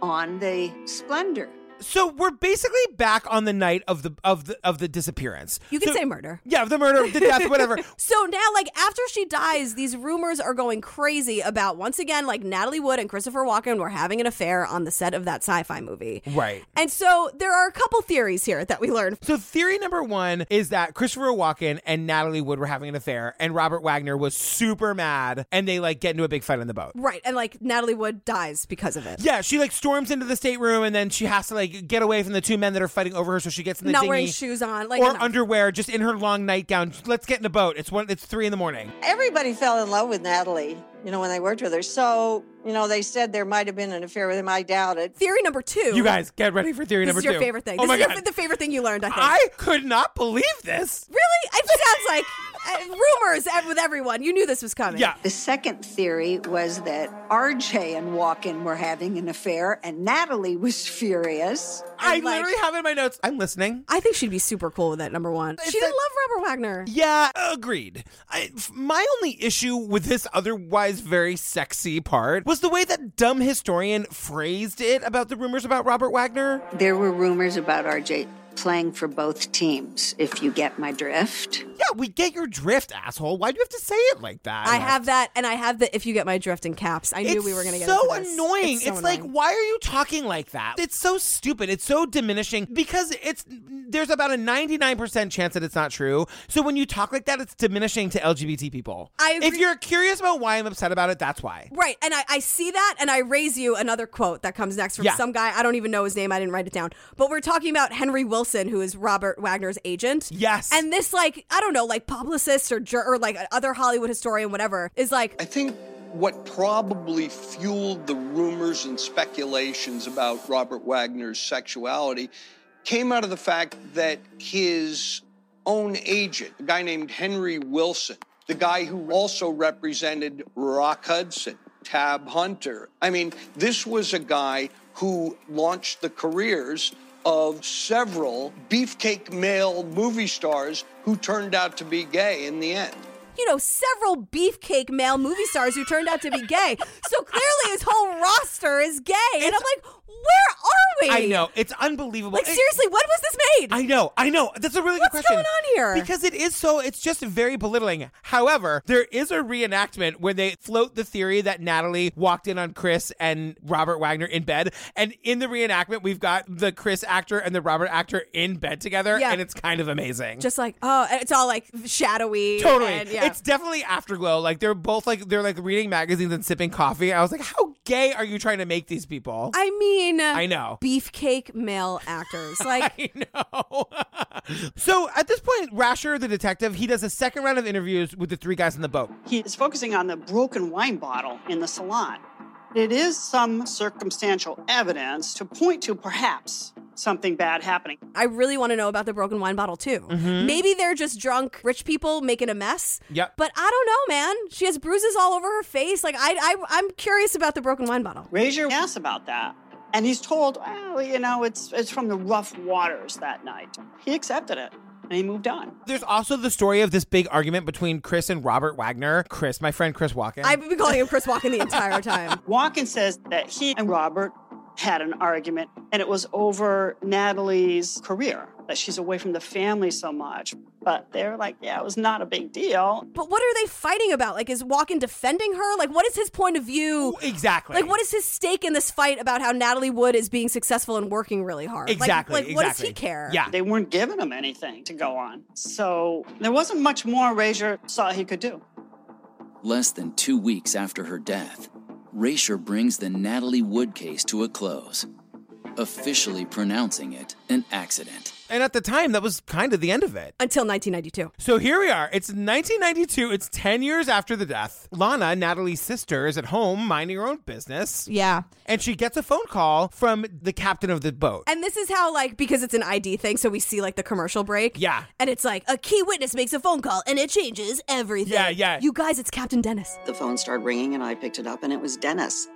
[SPEAKER 4] on the Splendor.
[SPEAKER 1] So we're basically back on the night of the of the of the disappearance.
[SPEAKER 2] You can
[SPEAKER 1] So-
[SPEAKER 2] say murder.
[SPEAKER 1] Yeah, the murder, the death, whatever.
[SPEAKER 2] So now, like after she dies, these rumors are going crazy about once again, like Natalie Wood and Christopher Walken were having an affair on the set of that sci-fi movie.
[SPEAKER 1] Right.
[SPEAKER 2] And so there are a couple theories here that we learned.
[SPEAKER 1] So theory number one is that Christopher Walken and Natalie Wood were having an affair, and Robert Wagner was super mad, and they like get into a big fight on the boat.
[SPEAKER 2] Right. And like Natalie Wood dies because of it.
[SPEAKER 1] Yeah, she like storms into the stateroom, and then she has to like get away from the two men that are fighting over her. So she gets in the
[SPEAKER 2] not
[SPEAKER 1] dinghy
[SPEAKER 2] wearing shoes on, like
[SPEAKER 1] or
[SPEAKER 2] enough.
[SPEAKER 1] underwear, just in her long nightgown. Let's get in the boat. It's one. It's three in the morning.
[SPEAKER 11] Everybody fell in love with Natalie, you know, when they worked with her. So, you know, they said there might have been an affair with him. I doubt it.
[SPEAKER 2] Theory number two.
[SPEAKER 1] You guys get ready for theory
[SPEAKER 2] this
[SPEAKER 1] number
[SPEAKER 2] is your
[SPEAKER 1] two.
[SPEAKER 2] favorite thing.
[SPEAKER 1] Oh
[SPEAKER 2] this
[SPEAKER 1] my
[SPEAKER 2] is your
[SPEAKER 1] god,
[SPEAKER 2] fa- the favorite thing you learned. I think.
[SPEAKER 1] I could not believe this.
[SPEAKER 2] really, it sounds like uh, rumors ev- with everyone. You knew this was coming.
[SPEAKER 1] Yeah.
[SPEAKER 4] The second theory was that RJ and Walken were having an affair, and Natalie was furious.
[SPEAKER 1] I
[SPEAKER 2] And, like-
[SPEAKER 1] literally have in my notes. I'm listening.
[SPEAKER 2] I think she'd be super cool with that. Number one, she didn't
[SPEAKER 1] like-
[SPEAKER 2] love Robert Wagner.
[SPEAKER 1] Yeah, agreed. I f my only issue with this otherwise very sexy part was the way that dumb historian phrased it about the rumors about Robert Wagner.
[SPEAKER 4] There were rumors about RJ. playing for both teams, if you get my drift.
[SPEAKER 1] Yeah, we get your drift, asshole. Why do you have to say it like that?
[SPEAKER 2] I have that, and I have the if you get my drift in caps. I knew
[SPEAKER 1] It's
[SPEAKER 2] we were going to get
[SPEAKER 1] so
[SPEAKER 2] into this.
[SPEAKER 1] annoying. It's,
[SPEAKER 2] so
[SPEAKER 1] like,
[SPEAKER 2] annoying.
[SPEAKER 1] why are you talking like that? It's so stupid. It's so diminishing because it's there's about a 99% chance that it's not true. So when you talk like that, it's diminishing to LGBT people.
[SPEAKER 2] I
[SPEAKER 1] If you're curious about why I'm upset about it, that's why.
[SPEAKER 2] Right. And I, I see that and I raise you another quote that comes next from
[SPEAKER 1] Yeah.
[SPEAKER 2] some guy. I don't even know his name. I didn't write it down. But we're talking about Henry Wilson, who is Robert Wagner's agent.
[SPEAKER 1] Yes.
[SPEAKER 2] And this, like, I don't know, like publicist or, jur- or like other Hollywood historian, whatever, is like,
[SPEAKER 7] I think what probably fueled the rumors and speculations about Robert Wagner's sexuality came out of the fact that his own agent, a guy named Henry Wilson, the guy who also represented Rock Hudson, Tab Hunter. I mean, this was a guy who launched the careers of several beefcake male movie stars who turned out to be gay in the end.
[SPEAKER 2] you know, several beefcake male movie stars who turned out to be gay. so clearly his whole roster is gay. and I'm like, where are we?
[SPEAKER 1] I know. It's unbelievable.
[SPEAKER 2] Like,
[SPEAKER 1] It-
[SPEAKER 2] seriously, when was this made?
[SPEAKER 1] I know, I know. That's a really good
[SPEAKER 2] What's
[SPEAKER 1] question.
[SPEAKER 2] going on here?
[SPEAKER 1] Because it is so, it's just very belittling. However, there is a reenactment where they float the theory that Natalie walked in on Chris and Robert Wagner in bed. And in the reenactment, we've got the Chris actor and the Robert actor in bed together.
[SPEAKER 2] Yeah.
[SPEAKER 1] And it's kind of amazing.
[SPEAKER 2] Just like, oh, and it's all like shadowy.
[SPEAKER 1] Totally.
[SPEAKER 2] and- yeah.
[SPEAKER 1] It's definitely afterglow. Like they're both like they're like reading magazines and sipping coffee. I was like, how gay are you trying to make these people?
[SPEAKER 2] I mean,
[SPEAKER 1] I know.
[SPEAKER 2] beefcake male actors. Like,
[SPEAKER 1] So at this point, Rasher, the detective, he does a second round of interviews with the three guys in the boat.
[SPEAKER 8] He is focusing on the broken wine bottle in the salon. It is some circumstantial evidence to point to perhaps something bad happening.
[SPEAKER 2] I really want to know about the broken wine bottle too.
[SPEAKER 8] Mhm.
[SPEAKER 2] Maybe they're just drunk rich people making a mess.
[SPEAKER 1] Mm-hmm. Yep.
[SPEAKER 2] But I don't know, man. She has bruises all over her face. Like, I, I, I'm curious about the broken wine bottle.
[SPEAKER 8] Razor asks about that, and he's told, well, you know, it's it's from the rough waters that night. He accepted it and he moved on.
[SPEAKER 1] There's also the story of this big argument between Chris and Robert Wagner. Chris, my friend Chris Walken.
[SPEAKER 2] I've been calling him Chris Walken the entire time.
[SPEAKER 8] Walken says that he and Robert had an argument, and it was over Natalie's career, that she's away from the family so much. But they're like, yeah, it was not a big deal.
[SPEAKER 2] But what are they fighting about? Like, is Walken defending her? Like, what is his point of view?
[SPEAKER 1] Exactly.
[SPEAKER 2] Like, what is his stake in this fight about how Natalie Wood is being successful and working really hard? Like-
[SPEAKER 8] Exactly,
[SPEAKER 2] Like, what does he
[SPEAKER 8] exactly.
[SPEAKER 2] care?
[SPEAKER 1] Yeah.
[SPEAKER 8] They weren't giving him anything to go on. So there wasn't much more Razor saw he could do.
[SPEAKER 3] Less than two weeks after her death, Rasher brings the Natalie Wood case to a close, officially pronouncing it an accident.
[SPEAKER 1] and at the time, that was kind of the end of it.
[SPEAKER 2] Until 1992.
[SPEAKER 1] So here we are. It's 1992. It's 10 years after the death. Lana, Natalie's sister, is at home minding her own business.
[SPEAKER 2] Yeah.
[SPEAKER 1] And she gets a phone call from the captain of the boat.
[SPEAKER 2] And this is how, like, because it's an ID thing, so we see, like, the commercial break.
[SPEAKER 1] Yeah.
[SPEAKER 2] And it's like, a key witness makes a phone call and it changes everything.
[SPEAKER 6] Yeah, yeah.
[SPEAKER 2] You guys, it's Captain Dennis.
[SPEAKER 6] The phone started ringing and I picked it up and it was Dennis.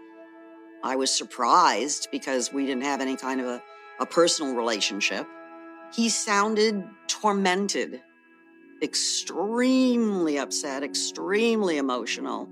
[SPEAKER 6] I was surprised because we didn't have any kind of a, a personal relationship. He sounded tormented, extremely upset, extremely emotional.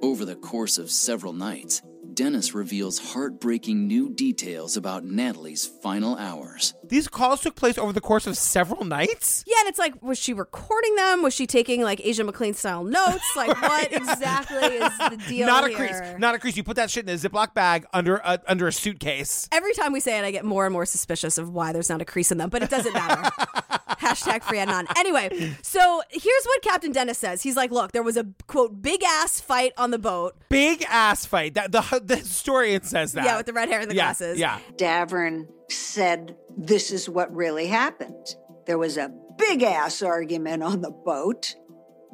[SPEAKER 3] Over the course of several nights, Dennis reveals heartbreaking new details about Natalie's final hours.
[SPEAKER 1] These calls took place over the course of several nights?
[SPEAKER 2] Yeah, and it's like, was she recording them? Was she taking, like, Asia McLean style notes? Like, what exactly is the deal?
[SPEAKER 1] Not a
[SPEAKER 2] here?
[SPEAKER 1] crease. Not a crease. You put that shit in a Ziploc bag under a, under a suitcase.
[SPEAKER 2] Every time we say it, I get more and more suspicious of why there's not a crease in them, but it doesn't matter. Hashtag free Adnan. Anyway, so here's what Captain Dennis says. He's like, look, there was a quote, big ass fight on the boat.
[SPEAKER 1] Big ass fight. That the, the historian says that.
[SPEAKER 2] Yeah, with the red hair and the
[SPEAKER 1] Yeah,
[SPEAKER 2] glasses.
[SPEAKER 1] Yeah.
[SPEAKER 4] Davern said, This is what really happened. There was a big ass argument on the boat.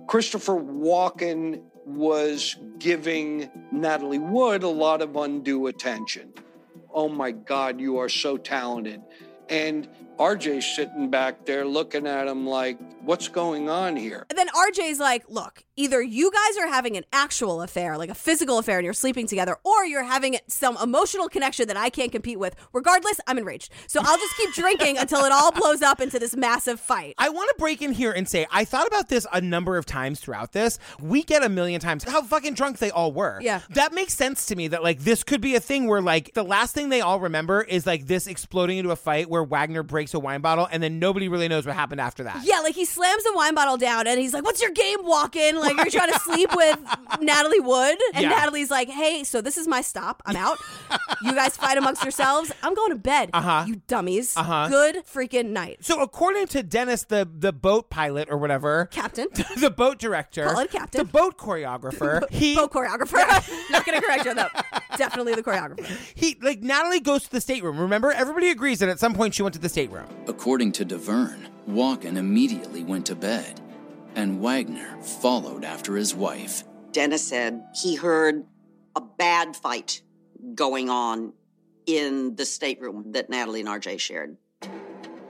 [SPEAKER 7] Christopher Walken was giving Natalie Wood a lot of undue attention. Oh my God, you are so talented. And RJ's sitting back there looking at him like, what's going on here?
[SPEAKER 2] And then RJ's like, look, either you guys are having an actual affair, like a physical affair, and you're sleeping together, or you're having some emotional connection that I can't compete with. Regardless, I'm enraged. So I'll just keep drinking until it all blows up into this massive fight.
[SPEAKER 1] I want to break in here and say I thought about this a number of times throughout this. We get a million times how fucking drunk they all were.
[SPEAKER 2] Yeah.
[SPEAKER 1] That makes sense to me that like this could be a thing where like the last thing they all remember is like this exploding into a fight where Wagner breaks breaks a wine bottle, and then nobody really knows what happened after that.
[SPEAKER 2] Yeah, like he slams the wine bottle down and he's like, What's your game, Walken? Like, you're trying to sleep with Natalie Wood. And
[SPEAKER 1] Yeah.
[SPEAKER 2] Natalie's like, Hey, so this is my stop. I'm out. you guys fight amongst yourselves. I'm going to bed. Uh huh. You dummies. Uh
[SPEAKER 1] Uh-huh.
[SPEAKER 2] Good freaking night.
[SPEAKER 1] So according to Dennis, the the boat pilot or whatever,
[SPEAKER 2] Captain.
[SPEAKER 1] the boat director,
[SPEAKER 2] Call it captain.
[SPEAKER 1] the boat choreographer, he
[SPEAKER 2] Boat choreographer. Not going to correct you, though. Definitely the choreographer.
[SPEAKER 1] he like Natalie goes to the stateroom. Remember, everybody agrees that at some point she went to the stateroom.
[SPEAKER 3] According to DeVerne, Walken immediately went to bed, and Wagner followed after his wife.
[SPEAKER 4] Dennis said he heard a bad fight going on in the stateroom that Natalie and RJ shared.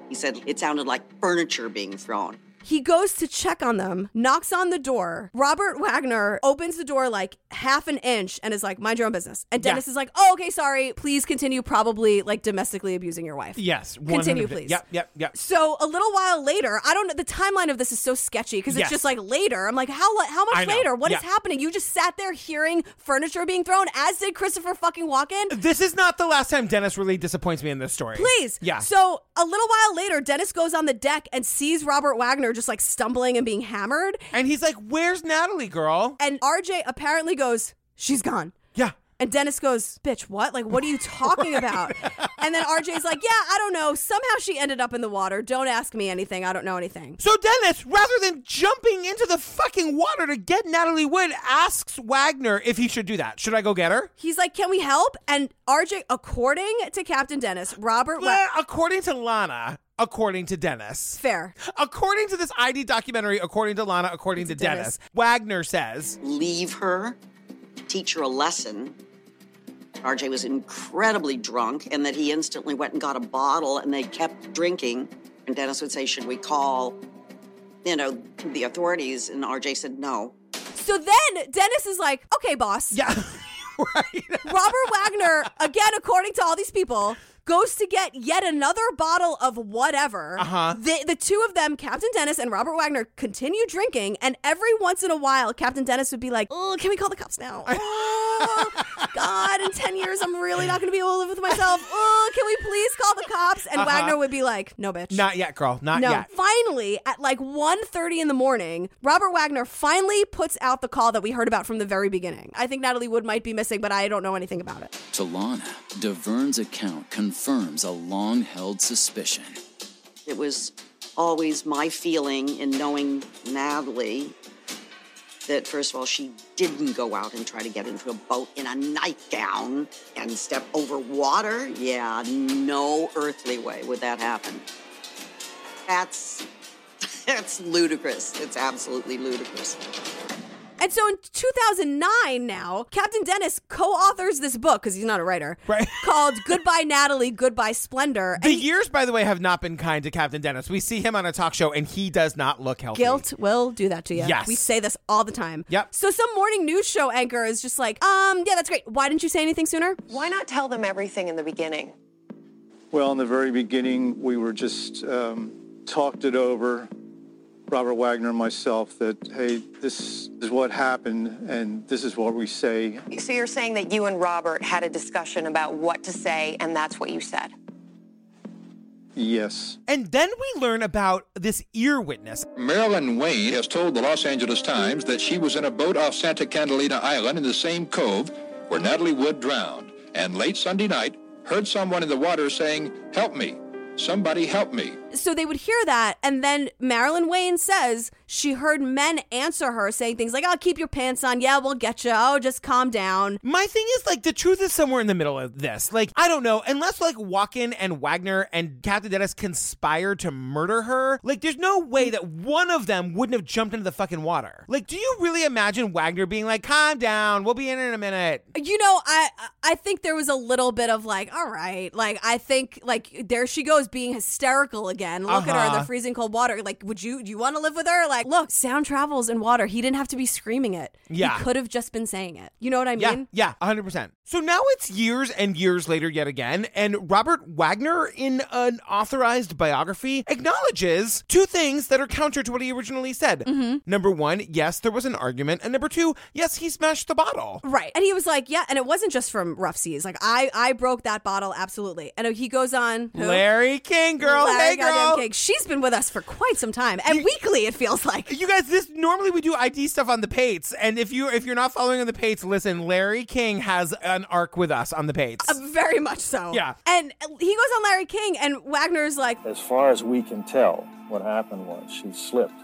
[SPEAKER 4] He said it sounded like furniture being thrown.
[SPEAKER 2] He goes to check on them, knocks on the door. Robert Wagner opens the door like half an inch and is like, mind your own business. And Dennis
[SPEAKER 1] Yeah.
[SPEAKER 2] is like, oh, okay, sorry. Please continue, probably like domestically abusing your wife.
[SPEAKER 1] Yes,
[SPEAKER 2] Continue,
[SPEAKER 1] 100%.
[SPEAKER 2] please.
[SPEAKER 1] Yep, yep, yep.
[SPEAKER 2] So a little while later, I don't know. The timeline of this is so sketchy because it's
[SPEAKER 1] Yes.
[SPEAKER 2] just like later. I'm like, how li- how
[SPEAKER 1] I
[SPEAKER 2] much
[SPEAKER 1] know.
[SPEAKER 2] later? What is
[SPEAKER 1] Yeah.
[SPEAKER 2] happening? You just sat there hearing furniture being thrown, as did Christopher fucking Walken.
[SPEAKER 1] This is not the last time Dennis really disappoints me in this story.
[SPEAKER 2] Please.
[SPEAKER 1] yeah.
[SPEAKER 2] So a little while later, Dennis goes on the deck and sees Robert Wagner just like stumbling and being hammered.
[SPEAKER 1] and he's like, "Where's Natalie, girl?"
[SPEAKER 2] And RJ apparently goes, She's gone.
[SPEAKER 1] Yeah.
[SPEAKER 2] And Dennis goes, Bitch, what? Like, what are you talking about? And then RJ's like, Yeah, I don't know. Somehow she ended up in the water. Don't ask me anything. I don't know anything.
[SPEAKER 1] So Dennis, rather than jumping into the fucking water to get Natalie Wood, asks Wagner if he should do that. Should I go get her?
[SPEAKER 2] He's like, Can we help? And RJ, according to Captain Dennis, Robert
[SPEAKER 1] Well,
[SPEAKER 2] Wa-
[SPEAKER 1] according to Lana, according to Dennis,
[SPEAKER 2] Fair.
[SPEAKER 1] according to this ID documentary, according to Lana, according to Dennis,
[SPEAKER 4] Dennis.
[SPEAKER 1] Wagner says,
[SPEAKER 4] Leave her, teach her a lesson. RJ was incredibly drunk, and that he instantly went and got a bottle, and they kept drinking. And Dennis would say, Should we call, you know, the authorities? And RJ said, No.
[SPEAKER 2] So then Dennis is like, Okay, boss.
[SPEAKER 1] Yeah.
[SPEAKER 2] Robert Wagner, again, according to all these people, goes to get yet another bottle of whatever.
[SPEAKER 1] Uh-huh.
[SPEAKER 2] The, the two of them, Captain Dennis and Robert Wagner, continue drinking, and every once in a while, Captain Dennis would be like, "Oh, can we call the cops now? Oh, God, in ten years, I'm really not going to be able to live with myself. Oh, can we please call the cops?" And
[SPEAKER 1] Uh-huh.
[SPEAKER 2] Wagner would be like, "No, bitch."
[SPEAKER 1] "Not yet, girl. Not
[SPEAKER 2] no.
[SPEAKER 1] yet."
[SPEAKER 2] Finally, at like 1.30 in the morning, Robert Wagner finally puts out the call that we heard about from the very beginning. I think Natalie Wood might be missing, but I don't know anything about it.
[SPEAKER 3] To Lana, DeVerne's account confirms a long held suspicion.
[SPEAKER 4] It was always my feeling in knowing Natalie that, first of all, she didn't go out and try to get into a boat in a nightgown and step over water. Yeah, no earthly way would that happen. That's. That's ludicrous. It's absolutely ludicrous.
[SPEAKER 2] And so in 2009 now, Captain Dennis co-authors this book because he's not a writer.
[SPEAKER 1] Right.
[SPEAKER 2] Called Goodbye Natalie, Goodbye Splendor.
[SPEAKER 1] The years, by the way, have not been kind to Captain Dennis. We see him on a talk show, and he does not look healthy.
[SPEAKER 2] Guilt will do that to you.
[SPEAKER 1] Yes.
[SPEAKER 2] We say this all the time.
[SPEAKER 1] Yep.
[SPEAKER 2] So some morning news show anchor is just like, um, yeah, that's great. Why didn't you say anything sooner?
[SPEAKER 12] Why not tell them everything in the beginning?
[SPEAKER 5] Well, in the very beginning, we were just um, talked it over, Robert Wagner and myself, that hey, this is what happened, and this is what we say.
[SPEAKER 12] So you're saying that you and Robert had a discussion about what to say, and that's what you said.
[SPEAKER 5] Yes.
[SPEAKER 1] And then we learn about this ear witness.
[SPEAKER 7] Marilyn Wayne has told the Los Angeles Times that she was in a boat off Santa Catalina Island in the same cove where Natalie Wood drowned, and late Sunday night heard someone in the water saying, Help me! Somebody help me!
[SPEAKER 2] So they would hear that, and then Marilyn Wayne says she heard men answer her saying things like, "I'll keep your pants on. Yeah, we'll get you. Oh, just calm down."
[SPEAKER 1] My thing is like the truth is somewhere in the middle of this. Like I don't know, unless like Walken and Wagner and Captain Dennis conspire to murder her. Like there's no way that one of them wouldn't have jumped into the fucking water. Like do you really imagine Wagner being like, "Calm down, we'll be in in a minute."
[SPEAKER 2] You know, I I think there was a little bit of like, all right, like I think like there she goes being hysterical again. Look at her in
[SPEAKER 1] Uh-huh.
[SPEAKER 2] the freezing cold water. Like, would you? Do you want to live with her? Like, look, sound travels in water. He didn't have to be screaming it.
[SPEAKER 1] Yeah.
[SPEAKER 2] he could have just been saying it. You know what I mean?
[SPEAKER 1] Yeah, yeah, 100%. So now it's years and years later yet again, and Robert Wagner, in an authorized biography, acknowledges two things that are counter to what he originally said.
[SPEAKER 2] Mm-hmm.
[SPEAKER 1] Number one, yes, there was an argument. And number two, yes, he smashed the bottle.
[SPEAKER 2] Right. And he was like, yeah, and it wasn't just from rough seas. Like I I broke that bottle absolutely. And he goes on who?
[SPEAKER 1] Larry King, girl.
[SPEAKER 2] Larry
[SPEAKER 1] Hey,
[SPEAKER 2] goddamn
[SPEAKER 1] girl.
[SPEAKER 2] King. She's been with us for quite some time. And weekly it feels like.
[SPEAKER 1] You guys, this normally we do ID stuff on the Pates, and if you if you're not following on the Pates, listen. Larry King has an arc with us on the Pates.
[SPEAKER 2] Uh, very much so.
[SPEAKER 1] Yeah.
[SPEAKER 2] And he goes on Larry King and Wagner's like,
[SPEAKER 13] As far as we can tell, what happened was she slipped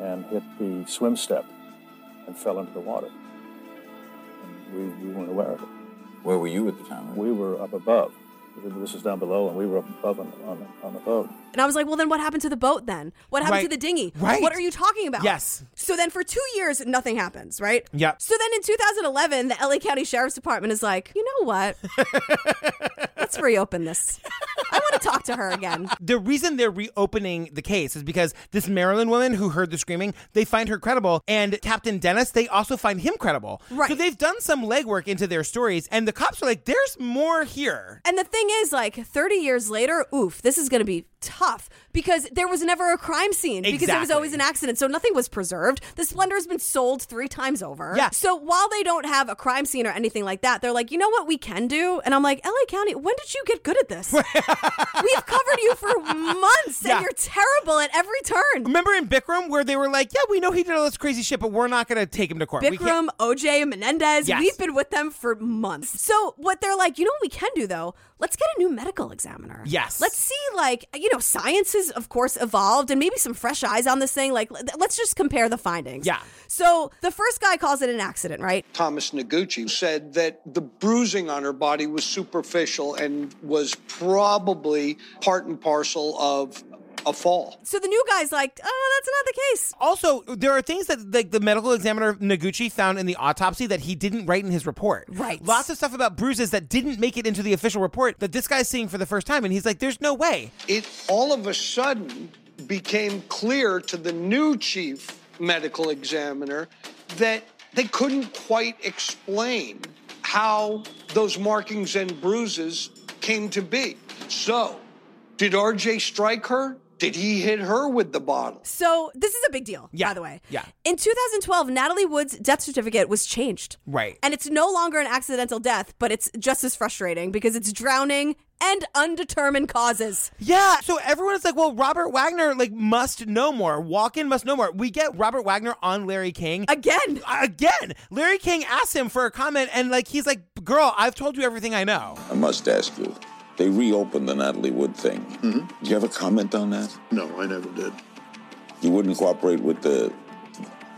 [SPEAKER 13] and hit the swim step and fell into the water. And we, we weren't aware of it. Where were you at the time? We were up above. This was down below, and we were up above on, on, on the boat.
[SPEAKER 2] and I was like, well then what happened to the boat then? What happened
[SPEAKER 13] Right.
[SPEAKER 2] to the dinghy?
[SPEAKER 13] Right.
[SPEAKER 2] What are you talking about?
[SPEAKER 1] Yes.
[SPEAKER 2] So then for 2 years nothing happens, right?
[SPEAKER 1] Yep.
[SPEAKER 2] So then in 2011, the LA County Sheriff's Department is like, you know what? Let's reopen this. I want to talk to her again.
[SPEAKER 1] The reason they're reopening the case is because this Maryland woman who heard the screaming, they find her credible, and Captain Dennis, they also find him credible. Right. So they've done some legwork into their stories, and the cops are like, "There's more here."
[SPEAKER 2] And the thing is, like 30 years later, oof, this is going to be tough because there was never a crime scene because there was
[SPEAKER 1] Exactly.
[SPEAKER 2] always an accident. So nothing was preserved. The Splendor has been sold three times over.
[SPEAKER 1] Yeah.
[SPEAKER 2] So while they don't have a crime scene or anything like that, they're like, you know what we can do? And I'm like, LA County, when did you get good at this? We've covered you for months
[SPEAKER 1] Yeah.
[SPEAKER 2] and you're terrible at every turn.
[SPEAKER 1] Remember in Bikram where they were like, "Yeah, we know he did all this crazy shit, but we're not going to take him to court." We
[SPEAKER 2] Bikram,
[SPEAKER 1] can't-
[SPEAKER 2] OJ, Menendez.
[SPEAKER 1] Yes.
[SPEAKER 2] We've been with them for months. So what they're like, you know what we can do though? Let's get a new medical examiner.
[SPEAKER 1] Yes.
[SPEAKER 2] Let's see, like, you know, science has of course evolved and maybe some fresh eyes on this thing. Like l- let's just compare the findings.
[SPEAKER 7] Yeah.
[SPEAKER 2] So the first guy calls it an accident, right?
[SPEAKER 7] Thomas Noguchi said that the bruising on her body was superficial and was probably part and parcel of a fall.
[SPEAKER 2] So the new guy's like, oh, that's not the case.
[SPEAKER 1] Also, there are things that like the medical examiner Noguchi found in the autopsy that he didn't write in his report.
[SPEAKER 2] Right.
[SPEAKER 1] Lots of stuff about bruises that didn't make it into the official report that this guy's seeing for the first time, and he's like, "There's no way."
[SPEAKER 7] It all of a sudden became clear to the new chief medical examiner that they couldn't quite explain how those markings and bruises came to be. So, did RJ strike her? Did he hit her with the bottle?
[SPEAKER 2] So this is a big deal, by the way.
[SPEAKER 7] Yeah.
[SPEAKER 2] In 2012, Natalie Wood's death certificate was changed.
[SPEAKER 1] Right.
[SPEAKER 2] And it's no longer an accidental death, but it's just as frustrating because it's drowning and undetermined causes.
[SPEAKER 1] Yeah. So everyone's like, well, Robert Wagner like must know more. Walken must know more. We get Robert Wagner on Larry King
[SPEAKER 2] again.
[SPEAKER 1] Again. Larry King asks him for a comment, and like he's like, "Girl, I've told you everything I know."
[SPEAKER 14] I must ask you, they reopened the Natalie Wood thing. Mm-hmm. Do you have a comment on that? No, I never did. You wouldn't cooperate with the.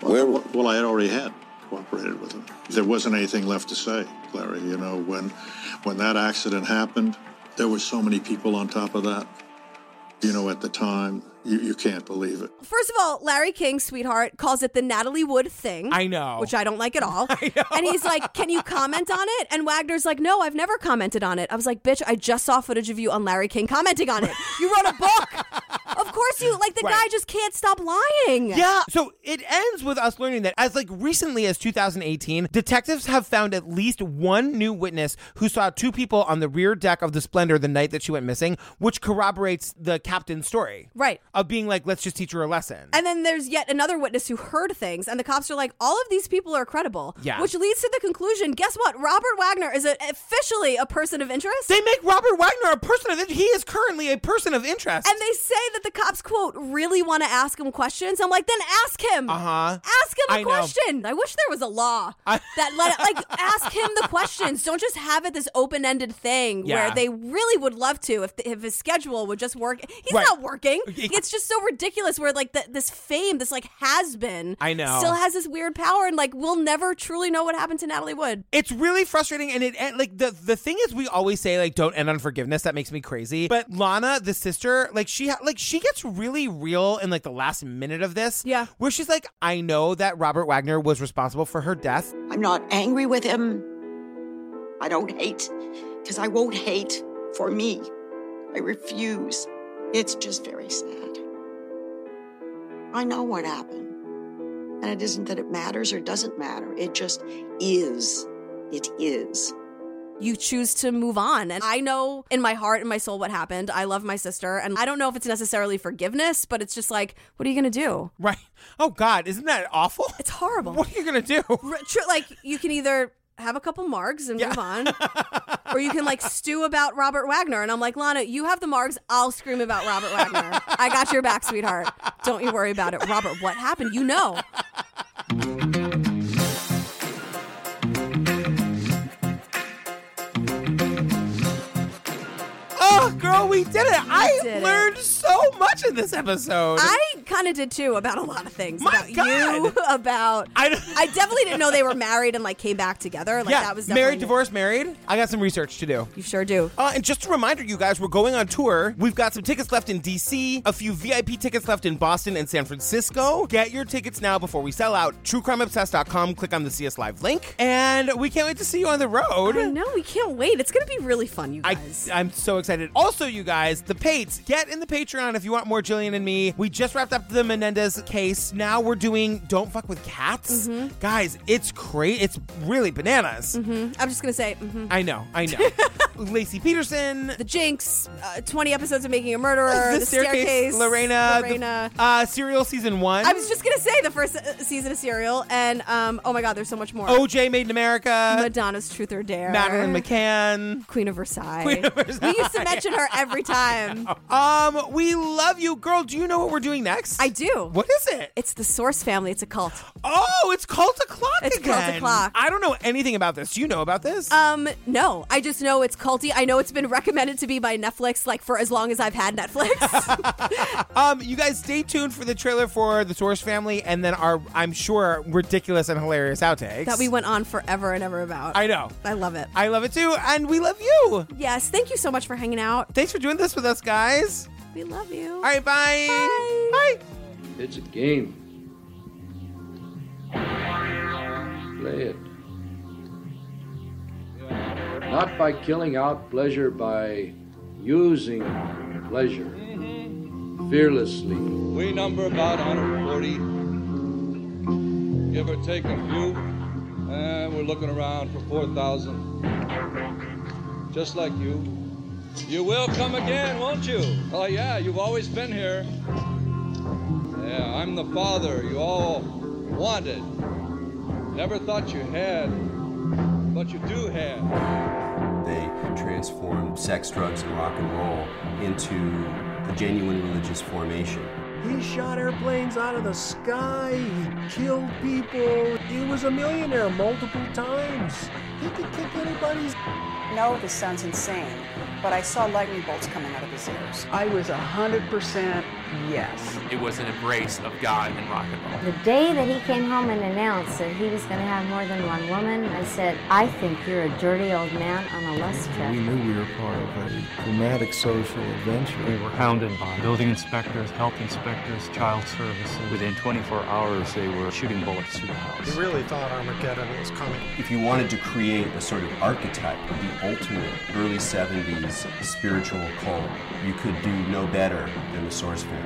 [SPEAKER 14] Where?
[SPEAKER 15] Well, I had already had cooperated with him. There wasn't anything left to say, Larry. You know, when when that accident happened, there were so many people on top of that. You know, at the time, you, you can't believe it.
[SPEAKER 2] First of all, Larry King, sweetheart, calls it the Natalie Wood thing.
[SPEAKER 15] I know.
[SPEAKER 2] Which I don't like at all. And he's like, Can you comment on it? And Wagner's like, No, I've never commented on it. I was like, Bitch, I just saw footage of you on Larry King commenting on it. You wrote a book. of course you, like, the guy just can't stop lying.
[SPEAKER 1] Yeah. So it ends with us learning that as like recently as 2018, detectives have found at least one new witness who saw two people on the rear deck of the Splendor the night that she went missing, which corroborates the captain's story.
[SPEAKER 2] Right.
[SPEAKER 1] Of being like, let's just teach her a lesson.
[SPEAKER 2] And then there's yet another witness who heard things, and the cops are like, all of these people are credible.
[SPEAKER 1] Yeah.
[SPEAKER 2] Which leads to the conclusion guess what? Robert Wagner is a, officially a person of interest.
[SPEAKER 1] They make Robert Wagner a person of interest. He is currently a person of interest.
[SPEAKER 2] And they say that the cops, quote, really want to ask him questions. I'm like, then ask him.
[SPEAKER 1] Uh huh.
[SPEAKER 2] Ask him a
[SPEAKER 1] I know.
[SPEAKER 2] question. I wish there was a law that let like ask him the questions. Don't just have it this open ended thing
[SPEAKER 1] Yeah.
[SPEAKER 2] where they really would love to if, if his schedule would just work. He's
[SPEAKER 1] Right.
[SPEAKER 2] not working. It's just so ridiculous where like the, this fame, this like has been,
[SPEAKER 1] I know.
[SPEAKER 2] still has this weird power, and like we'll never truly know what happened to Natalie Wood.
[SPEAKER 1] It's really frustrating, and it and, like the the thing is, we always say like don't end on forgiveness. That makes me crazy. But Lana, the sister, like she ha- like she gets really real in like the last minute of this. Yeah, where she's like, I know that Robert Wagner was responsible for her death.
[SPEAKER 6] I'm not angry with him. I don't hate, because I won't hate for me. I refuse. It's just very sad. I know what happened. And it isn't that it matters or doesn't matter. It just is. It is.
[SPEAKER 2] you choose to move on. And I know in my heart and my soul what happened. I love my sister. And I don't know if it's necessarily forgiveness, but it's just like, what are you going to do?
[SPEAKER 1] Right. Oh, God, isn't that awful?
[SPEAKER 2] It's horrible.
[SPEAKER 1] What are you going to do?
[SPEAKER 2] Tr- like, you can either have a couple margs and move on, or you can like stew about Robert Wagner. And I'm like, Lana, you have the margs. I'll scream about Robert Wagner. I got your back, sweetheart. Don't you worry about it. Robert, what happened? You know.
[SPEAKER 1] Oh, girl, we did it. I
[SPEAKER 2] did it.
[SPEAKER 1] learned so much in this episode.
[SPEAKER 2] I kind of did too about a lot of things.
[SPEAKER 1] My
[SPEAKER 2] about you, about I, definitely didn't know they were married and like came back together. Like
[SPEAKER 1] yeah,
[SPEAKER 2] that was
[SPEAKER 1] married,
[SPEAKER 2] definitely-
[SPEAKER 1] divorced, married. I got some research to do.
[SPEAKER 2] You sure do.
[SPEAKER 1] Uh, and just a reminder, you guys, we're going on tour. We've got some tickets left in DC, a few VIP tickets left in Boston and San Francisco. Get your tickets now before we sell out. TrueCrimeObsessed.com. Click on the See Us Live link, and we can't wait to see you on the road.
[SPEAKER 2] I know we can't wait. It's gonna be really fun, you guys.
[SPEAKER 1] I, am so excited. Also, you guys, the Pates, get in the Patreon if you want more Jillian and me. We just wrapped up the Menendez case. Now we're doing Don't Fuck with Cats. Guys, it's crazy. It's really bananas.
[SPEAKER 2] Mhm. I'm just gonna say. mhm.
[SPEAKER 1] I know, I know. Lacey Peterson,
[SPEAKER 2] The Jinx, uh, 20 episodes of Making a Murderer,
[SPEAKER 1] The
[SPEAKER 2] The,
[SPEAKER 1] Staircase, Lorena, the-
[SPEAKER 2] Lorena.
[SPEAKER 1] uh, Serial Season 1.
[SPEAKER 2] I was just gonna say the first uh, season of Serial, and um, oh my God, there's so much more.
[SPEAKER 1] OJ Made in America,
[SPEAKER 2] Madonna's Truth or Dare,
[SPEAKER 1] uh, Madeline McCann,
[SPEAKER 2] Queen of Versailles.
[SPEAKER 1] Queen of Versailles.
[SPEAKER 2] We used to mention her every time.
[SPEAKER 1] Um, we love you, girl. Do you know what we're doing next?
[SPEAKER 2] I do.
[SPEAKER 1] What is it?
[SPEAKER 2] It's the Source Family. It's a cult.
[SPEAKER 1] Oh, it's Cult O'Clock
[SPEAKER 2] It's
[SPEAKER 1] again.
[SPEAKER 2] Cult O'Clock.
[SPEAKER 1] I don't know anything about this. Do you know about this?
[SPEAKER 2] Um, no, I just know it's culty. I know it's been recommended to be by Netflix like for as long as I've had Netflix.
[SPEAKER 1] Um, you guys stay tuned for the trailer for the Source Family, and then our, I'm sure, ridiculous and hilarious outtakes
[SPEAKER 2] that we went on forever and ever about.
[SPEAKER 1] I know.
[SPEAKER 2] I love it.
[SPEAKER 1] I love it too, and we love you.
[SPEAKER 2] Yes, thank you so much for hanging out.
[SPEAKER 1] Thanks for doing this with us, guys.
[SPEAKER 2] We love you. All
[SPEAKER 1] right, bye. Bye.
[SPEAKER 16] It's a game. Play it. Not by killing out pleasure, by using pleasure fearlessly.
[SPEAKER 7] We number about 140, give or take a few, and we're looking around for 4,000. Just like you. You will come again, won't you? Oh, yeah, you've always been here. Yeah, I'm the father you all wanted. Never thought you had, but you do have.
[SPEAKER 17] They transformed sex, drugs, and rock and roll into the genuine religious formation.
[SPEAKER 18] He shot airplanes out of the sky. He killed people. He was a millionaire multiple times. He could kick anybody's.
[SPEAKER 19] No, this sounds insane, but I saw lightning bolts coming out of his ears.
[SPEAKER 20] I was 100% yes.
[SPEAKER 21] It was an embrace of God and rock and roll.
[SPEAKER 22] The day that he came home and announced that he was going to have more than one woman, I said, I think you're a dirty old man on a lust trip.
[SPEAKER 23] We knew we were part of a dramatic social adventure.
[SPEAKER 24] We were hounded by building inspectors, health inspectors, child services. Within 24 hours, they were shooting bullets through the house.
[SPEAKER 23] We really thought Armageddon was coming.
[SPEAKER 17] If you wanted to create a sort of archetype of the ultimate early 70s spiritual cult, you could do no better than the Source Family.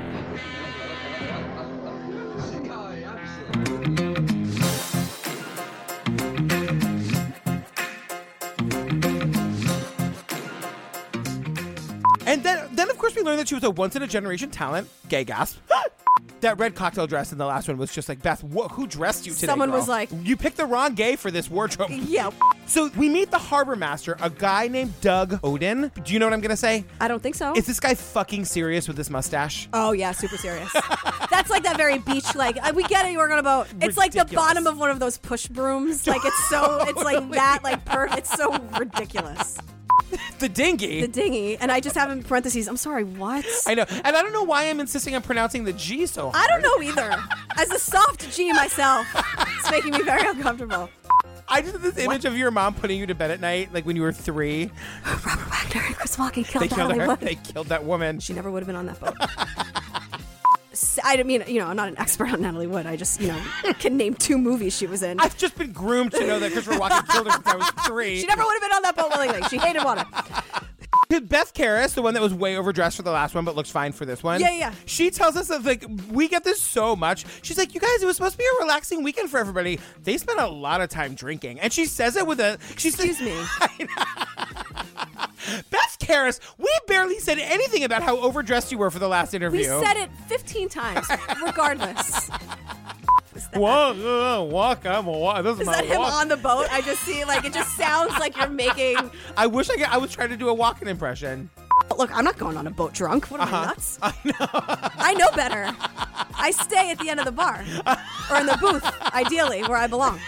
[SPEAKER 1] And then, then of course, we learned that she was a once in a generation talent. Gay gasp. that red cocktail dress in the last one was just like Beth. Wh- who dressed you today?
[SPEAKER 2] Someone was
[SPEAKER 1] girl?
[SPEAKER 2] like-
[SPEAKER 1] "You picked the wrong gay for this wardrobe."
[SPEAKER 2] Yeah.
[SPEAKER 1] So we meet the harbor master, a guy named Doug Odin. Do you know what I'm gonna say?
[SPEAKER 2] I don't think so.
[SPEAKER 1] Is this guy fucking serious with this mustache?
[SPEAKER 2] Oh yeah, super serious. That's like that very beach like uh, we get it. You work on a boat. It's like the
[SPEAKER 1] Ridiculous.
[SPEAKER 2] bottom of one of those push brooms. Like it's so. It's like that. Like per. It's so ridiculous.
[SPEAKER 1] The dinghy.
[SPEAKER 2] The dinghy, and I just have in parentheses. I'm sorry. What?
[SPEAKER 1] I know, and I don't know why I'm insisting on pronouncing the G so hard.
[SPEAKER 2] I don't know either. As a soft G myself, it's making me very uncomfortable.
[SPEAKER 1] I just have this image of your mom putting you to bed at night, like when you were three.
[SPEAKER 2] Chris Walken killed
[SPEAKER 1] they
[SPEAKER 2] that
[SPEAKER 1] killed
[SPEAKER 2] other
[SPEAKER 1] her.
[SPEAKER 2] woman.
[SPEAKER 1] They killed that woman.
[SPEAKER 2] She never would have been on that boat. S- I don't mean, you know, I'm not an expert on Natalie Wood. I just, you know, can name two movies she was in.
[SPEAKER 1] I've just been groomed to know that Christopher Walken killed her since I was three.
[SPEAKER 2] She never would have been on that boat willingly. She hated water.
[SPEAKER 1] Beth Karras, the one that was way overdressed for the last one but looks fine for this one.
[SPEAKER 2] Yeah, yeah.
[SPEAKER 1] She tells us that like we get this so much. She's like, "You guys, it was supposed to be a relaxing weekend for everybody. They spent a lot of time drinking." And she says it with a she's Excuse
[SPEAKER 2] me.
[SPEAKER 1] Beth Karras, we barely said anything about how overdressed you were for the last interview.
[SPEAKER 2] We said it 15 times, regardless.
[SPEAKER 1] Walk, uh, walk, I'm a walk. This is,
[SPEAKER 2] Is
[SPEAKER 1] my
[SPEAKER 2] that him
[SPEAKER 1] walk.
[SPEAKER 2] on the boat? I just see, like, it just sounds like you're making.
[SPEAKER 1] I wish I could. I was trying to do a walking impression.
[SPEAKER 2] Look, I'm not going on a boat drunk. What am
[SPEAKER 1] Uh-huh.
[SPEAKER 2] I nuts? I know. better. I stay at the end of the bar or in the booth, ideally, where I belong.